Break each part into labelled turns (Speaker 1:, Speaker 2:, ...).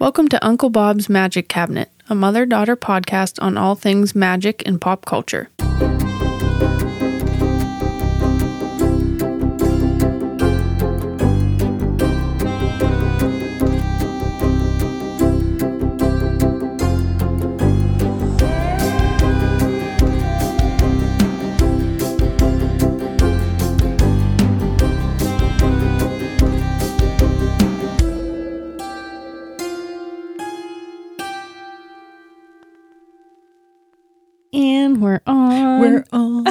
Speaker 1: Welcome to Uncle Bob's Magic Cabinet, a mother daughter podcast on all things magic and pop culture.
Speaker 2: And we're on.
Speaker 3: We're on.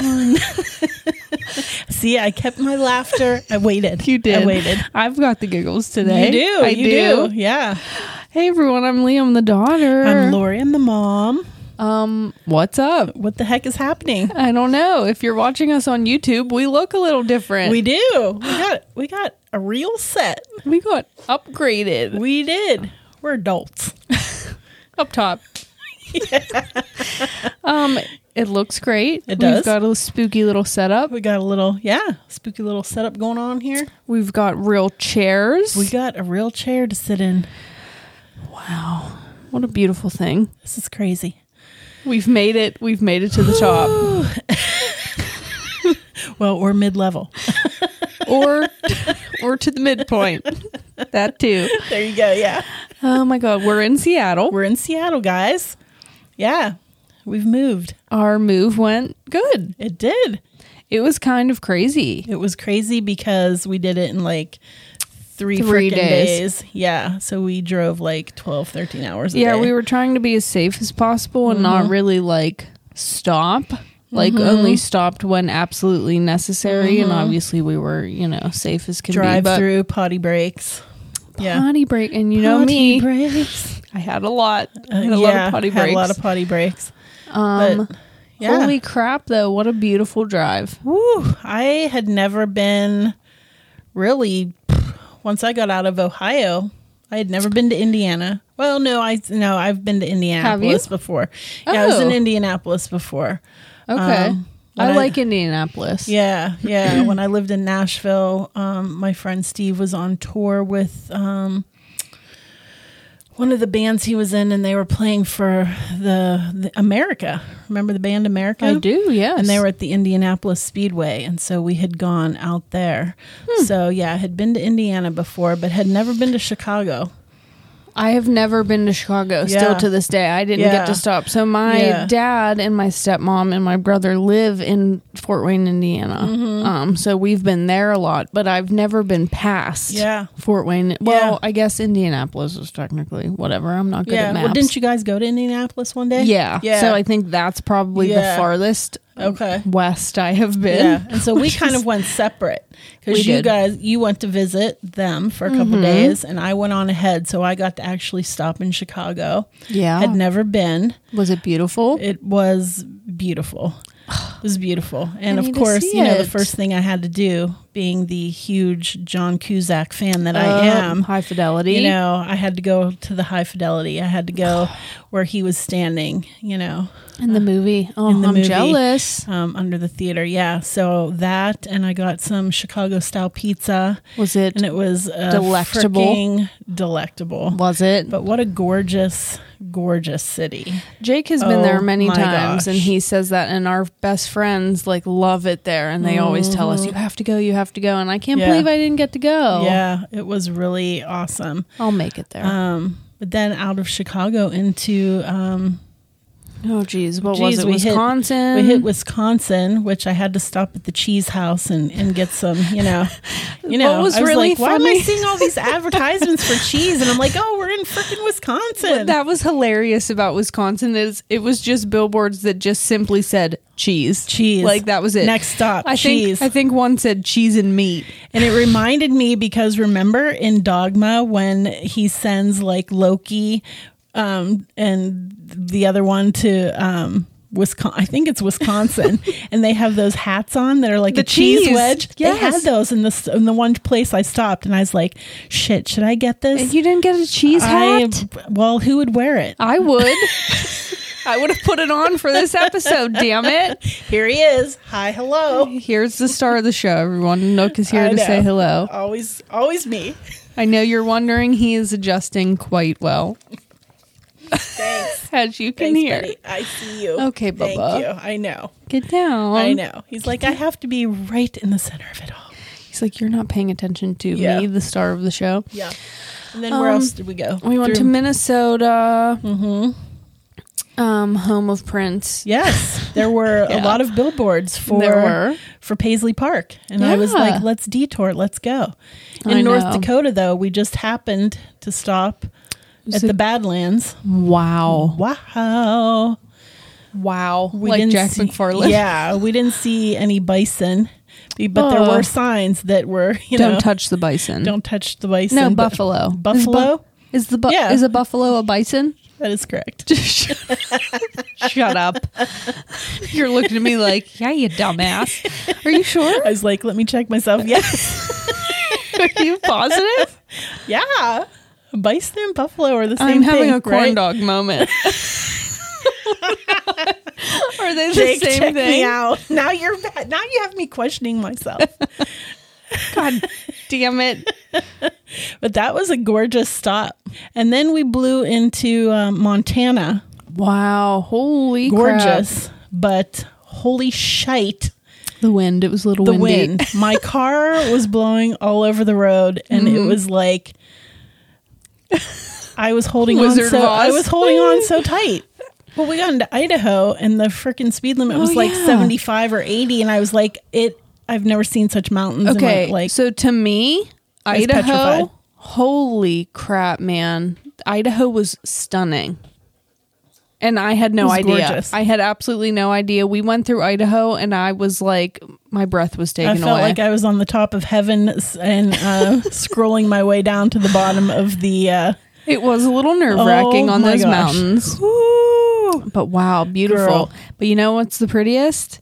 Speaker 3: See, I kept my laughter. I waited.
Speaker 2: You did.
Speaker 3: I waited.
Speaker 2: I've got the giggles today.
Speaker 3: You do.
Speaker 2: I
Speaker 3: you
Speaker 2: do.
Speaker 3: do. Yeah.
Speaker 2: Hey everyone, I'm Liam the daughter.
Speaker 3: I'm Lori. I'm the mom.
Speaker 2: Um, what's up?
Speaker 3: What the heck is happening?
Speaker 2: I don't know. If you're watching us on YouTube, we look a little different.
Speaker 3: We do. We got we got a real set.
Speaker 2: we got upgraded
Speaker 3: We did. We're adults.
Speaker 2: up top. um, it looks great.
Speaker 3: It does.
Speaker 2: We've got a spooky little setup.
Speaker 3: We got a little, yeah, spooky little setup going on here.
Speaker 2: We've got real chairs.
Speaker 3: We got a real chair to sit in.
Speaker 2: wow, Oh, what a beautiful thing.
Speaker 3: This is crazy.
Speaker 2: We've made it. We've made it to the top.
Speaker 3: Well, we're mid level.
Speaker 2: or or to the midpoint. That too.
Speaker 3: There you go. Yeah.
Speaker 2: Oh my god, we're in Seattle.
Speaker 3: We're in Seattle, guys. Yeah. We've moved.
Speaker 2: Our move went good.
Speaker 3: It did.
Speaker 2: It was kind of crazy.
Speaker 3: It was crazy because we did it in like three,
Speaker 2: Three
Speaker 3: frickin'
Speaker 2: days.
Speaker 3: days. Yeah. So we drove like 12, 13 hours. A
Speaker 2: Yeah,
Speaker 3: day.
Speaker 2: we were trying to be as safe as possible and not really like stop. Like only stopped when absolutely necessary and obviously we were, you know, safe as can be.
Speaker 3: drive
Speaker 2: But
Speaker 3: through potty breaks. Yeah.
Speaker 2: potty break and you know
Speaker 3: potty
Speaker 2: me,
Speaker 3: breaks.
Speaker 2: I had a lot. I had a
Speaker 3: yeah,
Speaker 2: lot of potty
Speaker 3: Had
Speaker 2: breaks.
Speaker 3: a lot of potty breaks.
Speaker 2: um
Speaker 3: but yeah.
Speaker 2: Holy crap though, what a beautiful drive.
Speaker 3: Woo. I had never been really, once I got out of Ohio, I had never been to Indiana. Well, no, I no, I've been to Indianapolis before. Yeah, I was in
Speaker 2: Oh.
Speaker 3: Indianapolis before.
Speaker 2: Okay.
Speaker 3: Um,
Speaker 2: I
Speaker 3: when I-
Speaker 2: like Indianapolis.
Speaker 3: Yeah, yeah. when I lived in Nashville, um, my friend Steve was on tour with um, one of the bands he was in, and they were playing for the, the America. Remember the band America?
Speaker 2: I do, yes.
Speaker 3: And they were at the Indianapolis Speedway, and so we had gone out there.
Speaker 2: Hmm.
Speaker 3: So yeah, I had been to Indiana before, but had never been to Chicago.
Speaker 2: I have never been to Chicago still
Speaker 3: Yeah.
Speaker 2: to this day. I didn't
Speaker 3: Yeah.
Speaker 2: get to stop. So my
Speaker 3: Yeah.
Speaker 2: dad and my stepmom and my brother live in Fort Wayne, Indiana.
Speaker 3: Mm-hmm.
Speaker 2: Um, so we've been there a lot, but I've never been past
Speaker 3: Yeah.
Speaker 2: Fort Wayne. Well,
Speaker 3: Yeah.
Speaker 2: I guess Indianapolis is technically whatever. I'm not good
Speaker 3: yeah.
Speaker 2: at maps.
Speaker 3: Well, didn't you guys go to Indianapolis one day?
Speaker 2: yeah.
Speaker 3: Yeah.
Speaker 2: So I think that's probably
Speaker 3: Yeah.
Speaker 2: the farthest
Speaker 3: Okay.
Speaker 2: west I have been.
Speaker 3: Yeah, and so we kind of went separate
Speaker 2: We
Speaker 3: because you
Speaker 2: did. Mm-hmm.
Speaker 3: guys you went to visit them for a couple days, and I went on ahead, so I got to actually stop in Chicago.
Speaker 2: Yeah.
Speaker 3: Had never been.
Speaker 2: Was it beautiful?
Speaker 3: It was beautiful. It was beautiful, and
Speaker 2: need
Speaker 3: of
Speaker 2: to
Speaker 3: course,
Speaker 2: see
Speaker 3: you know
Speaker 2: it.
Speaker 3: the first thing I had to do, being the huge John Cusack fan that I
Speaker 2: Um,
Speaker 3: am,
Speaker 2: high fidelity.
Speaker 3: you know, I had to go to the high fidelity. I had to go where he was standing. You know,
Speaker 2: in the movie. Oh,
Speaker 3: uh, the
Speaker 2: I'm
Speaker 3: movie.
Speaker 2: jealous.
Speaker 3: um, under the theater. Yeah, so that, and I got some Chicago style pizza,
Speaker 2: Was it?
Speaker 3: and it was uh,
Speaker 2: Delectable.
Speaker 3: fricking delectable.
Speaker 2: was it?
Speaker 3: But what a gorgeous, gorgeous city!
Speaker 2: Jake has been
Speaker 3: Oh
Speaker 2: there many
Speaker 3: my
Speaker 2: times and
Speaker 3: gosh.
Speaker 2: he says that and our best friends like love it there and they always tell us you have to go, you have to go and I can't
Speaker 3: Mm-hmm. Yeah.
Speaker 2: believe I didn't get to go.
Speaker 3: Yeah, it was really awesome.
Speaker 2: I'll make it there.
Speaker 3: Um, but then out of Chicago into um,
Speaker 2: oh geez, what was
Speaker 3: geez,
Speaker 2: it?
Speaker 3: we hit-
Speaker 2: Wisconsin.
Speaker 3: we hit Wisconsin, which I had to stop at the cheese house and, and get some, you know, you know.
Speaker 2: What was
Speaker 3: I was
Speaker 2: really
Speaker 3: like, why am I
Speaker 2: funny-
Speaker 3: seeing all these advertisements for cheese? And I'm like, oh, we're in freaking Wisconsin.
Speaker 2: that was hilarious about Wisconsin is it was just billboards that just simply said cheese.
Speaker 3: Cheese.
Speaker 2: Like that was it.
Speaker 3: Next stop,
Speaker 2: I
Speaker 3: cheese.
Speaker 2: Think, I think one said cheese and meat.
Speaker 3: And it reminded me because remember in Dogma when he sends like Loki um, and the other one to um, Wisconsin, I think it's Wisconsin, and they have those hats on that are like
Speaker 2: The
Speaker 3: a cheese,
Speaker 2: cheese.
Speaker 3: wedge. They had
Speaker 2: Yes.
Speaker 3: those in the in the one place I stopped, and I was like, "Shit, should I get this?"
Speaker 2: You didn't get a cheese
Speaker 3: I
Speaker 2: hat?
Speaker 3: well, who would wear it?
Speaker 2: I would. I would have put it on for this episode, damn it.
Speaker 3: Here he is. Hi, hello.
Speaker 2: Here's the star of the show, everyone. Nook is here
Speaker 3: I
Speaker 2: to
Speaker 3: know.
Speaker 2: say hello.
Speaker 3: Always, always me.
Speaker 2: I know you're wondering. He is adjusting quite well. Thanks. As you can
Speaker 3: Thanks,
Speaker 2: hear.
Speaker 3: buddy. I see you.
Speaker 2: Okay,
Speaker 3: Thank
Speaker 2: Bubba.
Speaker 3: you. I know.
Speaker 2: Get down.
Speaker 3: I know. He's like, I have to be right in the center of it all.
Speaker 2: He's like, you're not paying attention to
Speaker 3: Yeah.
Speaker 2: me, the star of the show.
Speaker 3: Yeah. And then where
Speaker 2: Um,
Speaker 3: else did we go?
Speaker 2: We went to
Speaker 3: Through-
Speaker 2: Minnesota,
Speaker 3: Mhm.
Speaker 2: um, home of Prince.
Speaker 3: Yes, there were
Speaker 2: Yeah.
Speaker 3: a lot of billboards for
Speaker 2: There were.
Speaker 3: for Paisley Park, and I was
Speaker 2: Yeah.
Speaker 3: like, "Let's detour, let's go." In
Speaker 2: I
Speaker 3: North
Speaker 2: know.
Speaker 3: Dakota, though, we just happened to stop at
Speaker 2: a-
Speaker 3: the Badlands.
Speaker 2: Wow.
Speaker 3: Wow,
Speaker 2: Wow. like Jack
Speaker 3: see,
Speaker 2: McFarland.
Speaker 3: Yeah, we didn't see any bison, be- but there
Speaker 2: Oh.
Speaker 3: were signs that were you
Speaker 2: don't
Speaker 3: know
Speaker 2: touch the bison.
Speaker 3: don't touch the bison.
Speaker 2: no,
Speaker 3: but-
Speaker 2: buffalo.
Speaker 3: Buffalo?
Speaker 2: Is, bu- is the bu-
Speaker 3: Yeah.
Speaker 2: is a buffalo a bison?
Speaker 3: That is correct.
Speaker 2: Shut shut up. You're looking at me like, yeah, you dumbass. Are you sure?
Speaker 3: I was like, "Let me check myself." Yes,
Speaker 2: Are you positive?
Speaker 3: yeah. Bison and buffalo are the same
Speaker 2: I'm having
Speaker 3: thing,
Speaker 2: a corn
Speaker 3: right?
Speaker 2: dog moment. Are they the
Speaker 3: Jake,
Speaker 2: same
Speaker 3: check me
Speaker 2: thing?
Speaker 3: out. Now you're ba- now you have me questioning myself.
Speaker 2: God damn it.
Speaker 3: but that was a gorgeous stop, and then we blew into um, Montana.
Speaker 2: Wow. Holy
Speaker 3: Gorgeous, but holy shite!
Speaker 2: crap. The wind. It was a little
Speaker 3: The
Speaker 2: windy.
Speaker 3: wind. My car was blowing all over the road, and it
Speaker 2: Mm-hmm.
Speaker 3: was like I was holding
Speaker 2: Wizard
Speaker 3: on
Speaker 2: of
Speaker 3: so I
Speaker 2: Oz.
Speaker 3: was holding on so tight. Well, we got into Idaho, and the freaking speed limit was
Speaker 2: Oh,
Speaker 3: like
Speaker 2: yeah.
Speaker 3: seventy-five or eighty, and I was like, "It." I've never seen such mountains. in my-
Speaker 2: Okay,
Speaker 3: like
Speaker 2: so to me,
Speaker 3: I was
Speaker 2: Idaho,
Speaker 3: petrified.
Speaker 2: holy crap, man! Idaho was stunning, and I had no
Speaker 3: was
Speaker 2: idea.
Speaker 3: gorgeous.
Speaker 2: I had absolutely no idea. We went through Idaho, and I was like, my breath was
Speaker 3: I
Speaker 2: taken
Speaker 3: felt
Speaker 2: away.
Speaker 3: like I was on the top of heaven s- and uh, scrolling my way down to the bottom of the. Uh,
Speaker 2: it was a little nerve wracking
Speaker 3: Oh
Speaker 2: on
Speaker 3: my
Speaker 2: those
Speaker 3: gosh.
Speaker 2: mountains,
Speaker 3: Woo!
Speaker 2: but wow, beautiful.
Speaker 3: Girl.
Speaker 2: But you know what's the prettiest?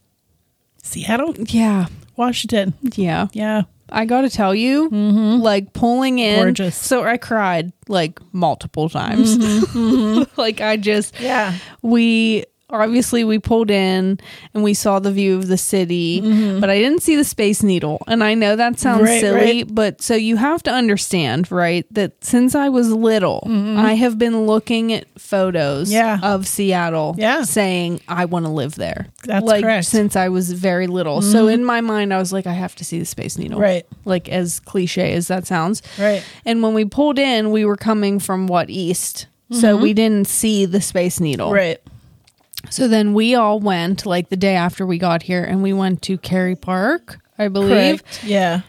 Speaker 3: Seattle,
Speaker 2: Yeah,
Speaker 3: Washington.
Speaker 2: yeah.
Speaker 3: Yeah,
Speaker 2: I got to tell you, like pulling in,
Speaker 3: Mm-hmm. Gorgeous.
Speaker 2: So I cried like multiple times.
Speaker 3: Mm-hmm.
Speaker 2: like I just,
Speaker 3: yeah.
Speaker 2: we obviously we pulled in and we saw the view of the city but i didn't see the space needle and i know that sounds
Speaker 3: Mm-hmm. Right,
Speaker 2: silly but so you have to understand right that since i was little i have been looking at photos
Speaker 3: Mm-hmm. Yeah.
Speaker 2: of seattle
Speaker 3: Yeah.
Speaker 2: saying i want to live there
Speaker 3: That's
Speaker 2: like
Speaker 3: correct. Mm-hmm.
Speaker 2: since i was very little so in my mind i was like i have to see the space needle
Speaker 3: Right.
Speaker 2: like as cliche as that sounds
Speaker 3: Right.
Speaker 2: and when we pulled in we were coming from what east so we didn't see the space needle
Speaker 3: Mm-hmm. Right.
Speaker 2: so then we all went like the day after we got here and we went to Cary Park, I believe,
Speaker 3: Correct. Yeah.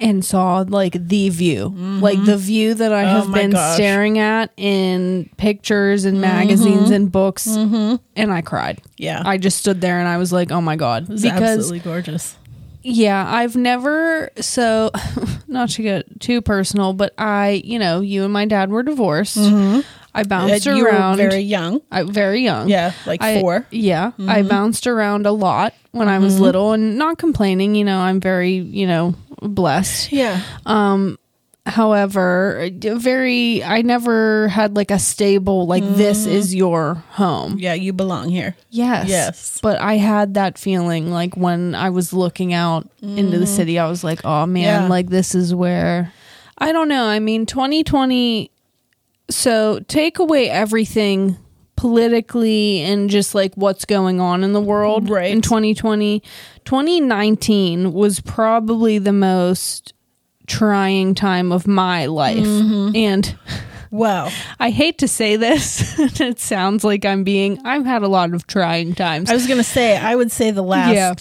Speaker 2: and saw like the view. Like the view that I
Speaker 3: Mm-hmm. Oh
Speaker 2: have
Speaker 3: my
Speaker 2: been
Speaker 3: gosh. Mm-hmm.
Speaker 2: staring at in pictures and magazines and books. And I cried.
Speaker 3: Yeah.
Speaker 2: I just stood there and I was like, oh my God.
Speaker 3: It's
Speaker 2: Because
Speaker 3: absolutely gorgeous.
Speaker 2: yeah, I've never so not to get too personal, but I, you know, you and my dad were divorced. I bounced
Speaker 3: Mm-hmm. Uh, you
Speaker 2: around.
Speaker 3: were very young.
Speaker 2: I very young.
Speaker 3: Yeah, like
Speaker 2: I-
Speaker 3: four. Mm-hmm.
Speaker 2: Yeah, I bounced around a lot when I was little, and not complaining. You know, I'm very you know blessed.
Speaker 3: Yeah.
Speaker 2: However, d- very I never had like a stable like this
Speaker 3: Mm-hmm.
Speaker 2: is your home.
Speaker 3: Yeah, you belong here.
Speaker 2: Yes.
Speaker 3: Yes.
Speaker 2: But I had that feeling like when I was looking out into the city, I was like, oh man,
Speaker 3: Mm. Yeah.
Speaker 2: like this is where I don't know. I mean, 2020. So take away everything politically and just like what's going on in the world
Speaker 3: Right.
Speaker 2: in 2020. 2019 was probably the most trying time of my life.
Speaker 3: Mm-hmm.
Speaker 2: And
Speaker 3: Wow.
Speaker 2: I hate to say this. it sounds like I'm being, I've had a lot of trying times.
Speaker 3: I was going to say, I would say the last
Speaker 2: Yeah.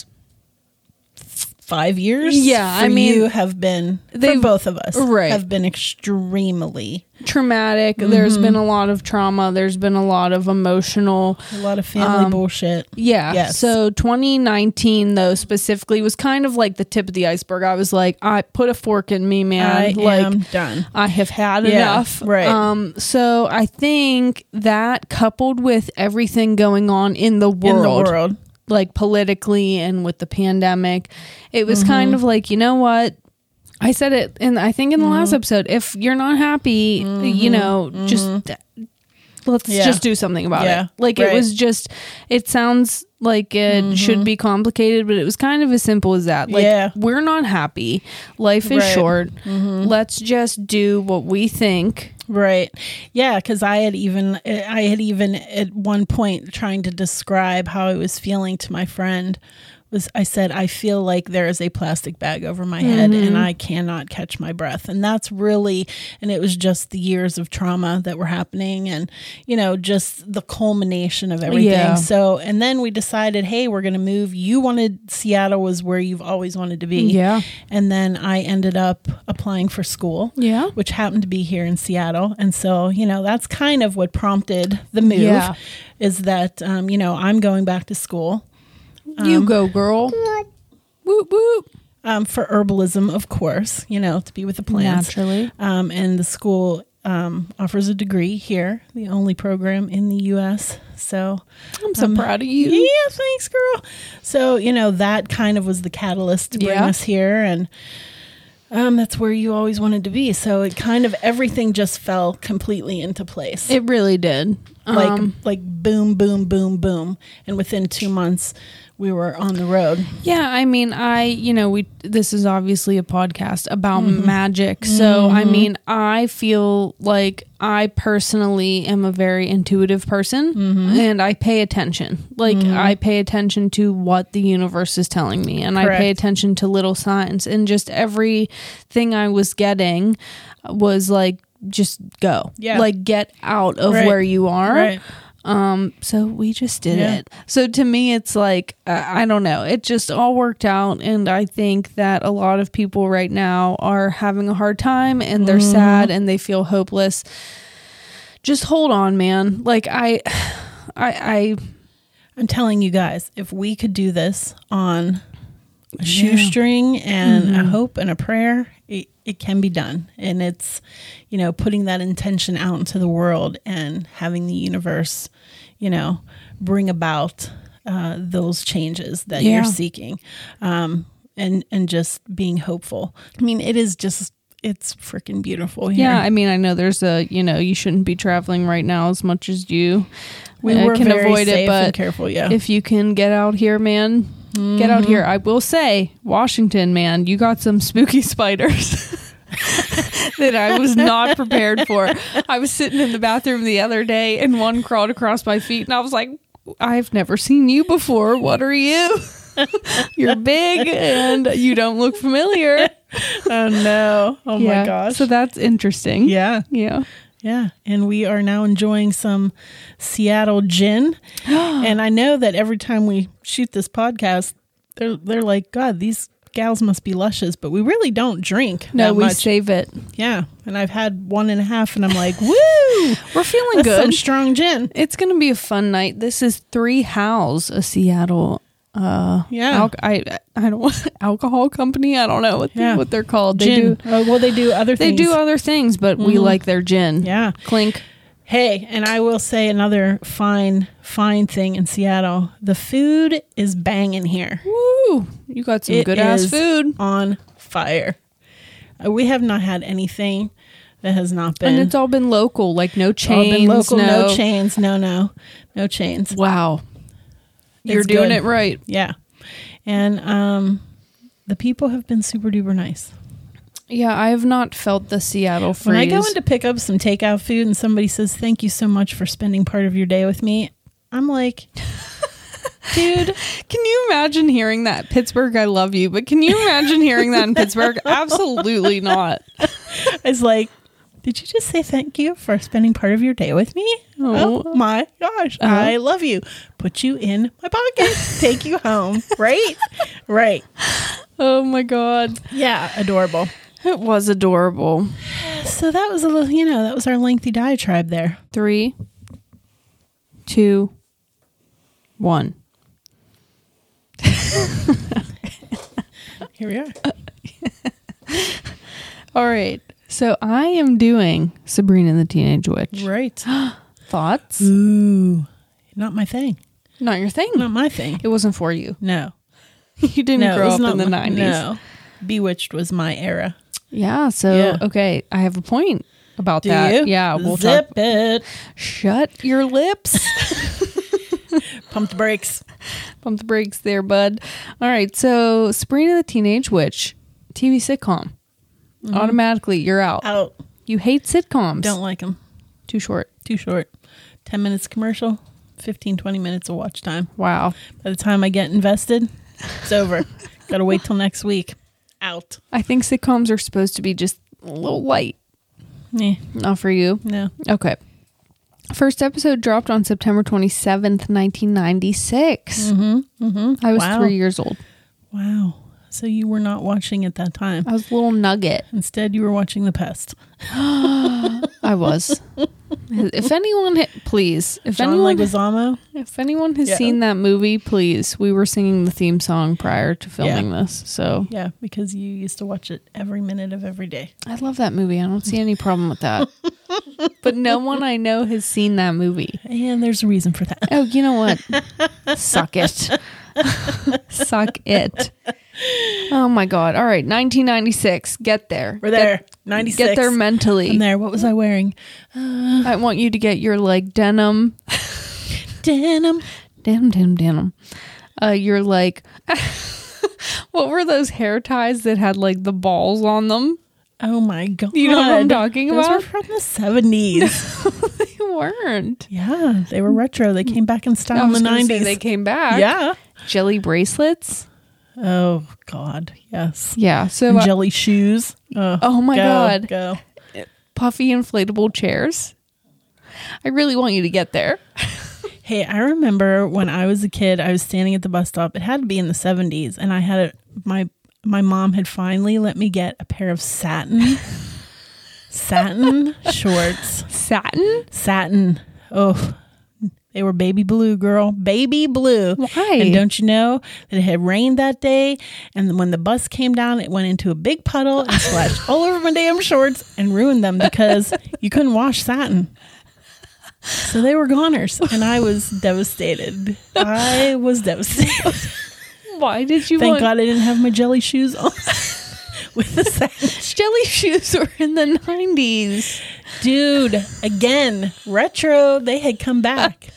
Speaker 3: five years
Speaker 2: Yeah,
Speaker 3: for
Speaker 2: I mean,
Speaker 3: you have been, for
Speaker 2: they've-
Speaker 3: both of us,
Speaker 2: right.
Speaker 3: have been extremely,
Speaker 2: Traumatic. There's
Speaker 3: Mm-hmm.
Speaker 2: been a lot of trauma. There's been a lot of emotional.
Speaker 3: a lot of
Speaker 2: Um,
Speaker 3: family bullshit.
Speaker 2: Yeah.
Speaker 3: Yes.
Speaker 2: So 2019, though, specifically was kind of like the tip of the iceberg. I was like, I put a fork in me,
Speaker 3: I
Speaker 2: man. like,
Speaker 3: am done.
Speaker 2: I have had
Speaker 3: Yeah,
Speaker 2: enough.
Speaker 3: right.
Speaker 2: Um, so I think that coupled with everything going on in the world,
Speaker 3: In the world.
Speaker 2: like politically and with the pandemic, it was
Speaker 3: Mm-hmm.
Speaker 2: kind of like, you know what? I said
Speaker 3: Mm-hmm.
Speaker 2: it, and I think in the last episode, if you're not happy, you know, just let's
Speaker 3: Yeah.
Speaker 2: just do something about
Speaker 3: Yeah,
Speaker 2: it. Like
Speaker 3: right. Mm-hmm.
Speaker 2: it was just it sounds like it should be complicated, but it was kind of as simple as that. Like
Speaker 3: Yeah.
Speaker 2: we're not happy. Life is
Speaker 3: Right. Mm-hmm.
Speaker 2: short. Let's just do what we think.
Speaker 3: Right. Yeah, cuz I had even I had even at one point trying to describe how I was feeling to my friend was I said I feel like there is a plastic bag over my head
Speaker 2: Mm-hmm.
Speaker 3: and I cannot catch my breath. And that's really and it was just the years of trauma that were happening and you know just the culmination of everything.
Speaker 2: Yeah.
Speaker 3: So and then we decided, "Hey, we're going to move. You wanted Seattle was where you've always wanted to be."
Speaker 2: Yeah.
Speaker 3: And then I ended up applying for school
Speaker 2: Yeah.
Speaker 3: which happened to be here in Seattle. And so, you know, that's kind of what prompted the move
Speaker 2: Yeah.
Speaker 3: is that, um, you know, I'm going back to school
Speaker 2: you go, girl. Whoop whoop.
Speaker 3: um, for herbalism, of course, you know, to be with the plants.
Speaker 2: Naturally.
Speaker 3: Um, and the school um, offers a degree here, the only program in the U.S. So,
Speaker 2: I'm so proud of you.
Speaker 3: Um, yeah, thanks, girl. So, you know, that kind of was the catalyst to bring
Speaker 2: Yeah.
Speaker 3: us here. And, um, that's where you always wanted to be. So it kind of everything just fell completely into place.
Speaker 2: It really did.
Speaker 3: like
Speaker 2: Um,
Speaker 3: like boom boom boom boom and within two months we were on the road
Speaker 2: Yeah, I mean, I, you know, we this is obviously a podcast about
Speaker 3: Mm-hmm.
Speaker 2: magic. So, I mean, I feel like I personally am a very intuitive person
Speaker 3: Mm-hmm.
Speaker 2: and I pay attention. Like I pay attention to what the universe is telling me and I pay
Speaker 3: Correct.
Speaker 2: attention to little signs and just everything I was getting was like just go.
Speaker 3: Yeah.
Speaker 2: Like get out of
Speaker 3: Right.
Speaker 2: where you are.
Speaker 3: right
Speaker 2: Um, so we just did
Speaker 3: Yeah.
Speaker 2: it. So to me, it's like uh, I don't know. It just all worked out, and I think that a lot of people right now are having a hard time, and they're
Speaker 3: Mm-hmm.
Speaker 2: sad, and they feel hopeless. Just hold on, man. Like I, I, I
Speaker 3: i'm telling you guys if we could do this on a shoestring and
Speaker 2: Mm-hmm.
Speaker 3: a hope and a prayer it, it can be done and it's you know putting that intention out into the world and having the universe you know bring about uh, those changes that
Speaker 2: Yeah.
Speaker 3: you're seeking um, and and just being hopeful i mean it is just it's freaking beautiful here.
Speaker 2: yeah. I mean, I know there's a you know you shouldn't be traveling right now as much as you
Speaker 3: we
Speaker 2: uh,
Speaker 3: were
Speaker 2: can
Speaker 3: very
Speaker 2: avoid
Speaker 3: safe
Speaker 2: it, but
Speaker 3: and careful. Yeah, Mm-hmm.
Speaker 2: if you can get out here, man. Get out here. I will say, Washington, man, you got some spooky spiders that I was not prepared for. I was sitting in the bathroom the other day and one crawled across my feet and I was like, I've never seen you before. What are you? You're big and you don't look familiar.
Speaker 3: oh no, oh my gosh,
Speaker 2: So that's interesting.
Speaker 3: yeah,
Speaker 2: Yeah.
Speaker 3: yeah. And we are now enjoying some Seattle gin, and I know that every time we shoot this podcast, they're they're like, God, these gals must be luscious, but we really don't drink
Speaker 2: No,
Speaker 3: that
Speaker 2: we
Speaker 3: much.
Speaker 2: save it.
Speaker 3: yeah, and I've had one and a half, and I'm like, woo,
Speaker 2: We're feeling
Speaker 3: that's
Speaker 2: good.
Speaker 3: some strong gin.
Speaker 2: It's going to be a fun night. This is Three Howls, a Seattle. Uh,
Speaker 3: Yeah.
Speaker 2: alc- I I don't want alcohol company. I don't know what
Speaker 3: Yeah.
Speaker 2: what they're called. They
Speaker 3: Gin.
Speaker 2: do
Speaker 3: Oh, well, they do other
Speaker 2: they
Speaker 3: things. Mm-hmm.
Speaker 2: do other things, but we like their gin.
Speaker 3: yeah.
Speaker 2: Clink.
Speaker 3: Hey, and I will say another fine, fine thing in Seattle. The food is banging here.
Speaker 2: Woo! You got some
Speaker 3: It
Speaker 2: good ass
Speaker 3: is
Speaker 2: food,
Speaker 3: On fire. Uh, We have not had anything that has not been.
Speaker 2: and it's all been local, like no
Speaker 3: all
Speaker 2: chains,
Speaker 3: been local. No.
Speaker 2: no,
Speaker 3: chains. No, no, no chains.
Speaker 2: Wow, you're
Speaker 3: It's
Speaker 2: doing
Speaker 3: good.
Speaker 2: it right.
Speaker 3: Yeah, and um, the people have been super duper nice.
Speaker 2: Yeah, I have not felt the Seattle freeze.
Speaker 3: When I go in to pick up some takeout food and somebody says, "Thank you so much for spending part of your day with me," I'm like,
Speaker 2: Dude, can you imagine hearing that? Pittsburgh, I love you, but can you imagine hearing that in Pittsburgh? Absolutely not.
Speaker 3: It's like, did you just say thank you for spending part of your day with me?
Speaker 2: Oh.
Speaker 3: Oh, Uh-huh. my gosh, I love you. Put you in my pocket, take you home. Right? Right.
Speaker 2: Oh my god.
Speaker 3: Yeah, adorable.
Speaker 2: It was adorable.
Speaker 3: So that was a little, you know, that was our lengthy diatribe there.
Speaker 2: Three, two, one.
Speaker 3: Here we are.
Speaker 2: All right. So I am doing Sabrina the Teenage Witch.
Speaker 3: Right.
Speaker 2: Thoughts?
Speaker 3: Ooh, not my thing.
Speaker 2: Not your thing.
Speaker 3: Not my thing.
Speaker 2: It wasn't for you.
Speaker 3: No.
Speaker 2: You didn't
Speaker 3: no, it
Speaker 2: grow
Speaker 3: was
Speaker 2: up
Speaker 3: not
Speaker 2: in the
Speaker 3: my-
Speaker 2: 90s.
Speaker 3: No. Bewitched was my era.
Speaker 2: Yeah. So,
Speaker 3: Yeah.
Speaker 2: okay. I have a point. about
Speaker 3: Do
Speaker 2: that.
Speaker 3: you?
Speaker 2: Yeah, we'll
Speaker 3: Zip
Speaker 2: talk.
Speaker 3: it.
Speaker 2: Shut your lips.
Speaker 3: Pump the brakes.
Speaker 2: Pump the brakes there, bud. All right, so Sabrina the Teenage Witch, TV sitcom. Automatically, you're out.
Speaker 3: Out.
Speaker 2: You hate sitcoms.
Speaker 3: Mm-hmm. Uh, Don't like them.
Speaker 2: Too short.
Speaker 3: Too short. 10 minutes commercial, 15, 20 minutes of watch time.
Speaker 2: Wow.
Speaker 3: By the time I get invested, it's over. Gotta wait till next week. Out.
Speaker 2: I think sitcoms are supposed to be just a little light.
Speaker 3: Eh,
Speaker 2: Not for you.
Speaker 3: no.
Speaker 2: Okay. First episode dropped on September 27th, 1996.
Speaker 3: Mm-hmm. Mm-hmm.
Speaker 2: I was
Speaker 3: wow.
Speaker 2: three years old.
Speaker 3: Wow. So you were not watching at that time.
Speaker 2: I was a little nugget.
Speaker 3: Instead, you were watching The Pest.
Speaker 2: I was. if anyone, ha- please, if
Speaker 3: John
Speaker 2: anyone,
Speaker 3: Leguizamo.
Speaker 2: if anyone has
Speaker 3: Yeah.
Speaker 2: seen that movie, please, we were singing the theme song prior to filming this. So
Speaker 3: Yeah, because you used to watch it every minute of every day.
Speaker 2: I love that movie. I don't see any problem with that. but no one I know has seen that movie.
Speaker 3: And there's a reason for that.
Speaker 2: Oh, you know what? Suck it. Suck it. Oh my God. All right. 1996. Get there.
Speaker 3: We're there.
Speaker 2: Get-
Speaker 3: 96.
Speaker 2: Get, there mentally.
Speaker 3: I'm there. What was I wearing?
Speaker 2: I want you to get your like denim.
Speaker 3: Denim.
Speaker 2: Denim, denim, denim. Uh, you're like, what were those hair ties that had like the balls on them?
Speaker 3: Oh my god!
Speaker 2: You know what I'm talking
Speaker 3: Those
Speaker 2: about?
Speaker 3: were from the seventies.
Speaker 2: They weren't.
Speaker 3: yeah, they were retro. They came back in style
Speaker 2: I
Speaker 3: in
Speaker 2: was
Speaker 3: the
Speaker 2: gonna say
Speaker 3: nineties.
Speaker 2: They came back.
Speaker 3: Yeah.
Speaker 2: Jelly bracelets.
Speaker 3: Oh god. Yes.
Speaker 2: Yeah. So
Speaker 3: And
Speaker 2: uh,
Speaker 3: jelly shoes. Ugh,
Speaker 2: Oh my
Speaker 3: go,
Speaker 2: God.
Speaker 3: Go.
Speaker 2: puffy inflatable chairs. I really want you to get there.
Speaker 3: Hey, I remember when I was a kid, I was standing at the bus stop. It had to be in the seventies, and I had a, my my mom had finally let me get a pair of satin satin shorts.
Speaker 2: Satin?
Speaker 3: Satin. Oh, they were baby blue, girl. Baby blue.
Speaker 2: Why?
Speaker 3: And don't you know that it had rained that day? And when the bus came down, it went into a big puddle and splashed all over my damn shorts and ruined them because you couldn't wash satin. So they were goners, and I was devastated. I was devastated.
Speaker 2: Why did you
Speaker 3: Thank
Speaker 2: want
Speaker 3: God I didn't have my jelly shoes on with the satin.
Speaker 2: jelly shoes were in the 90s?
Speaker 3: Dude, again, retro. They had come back.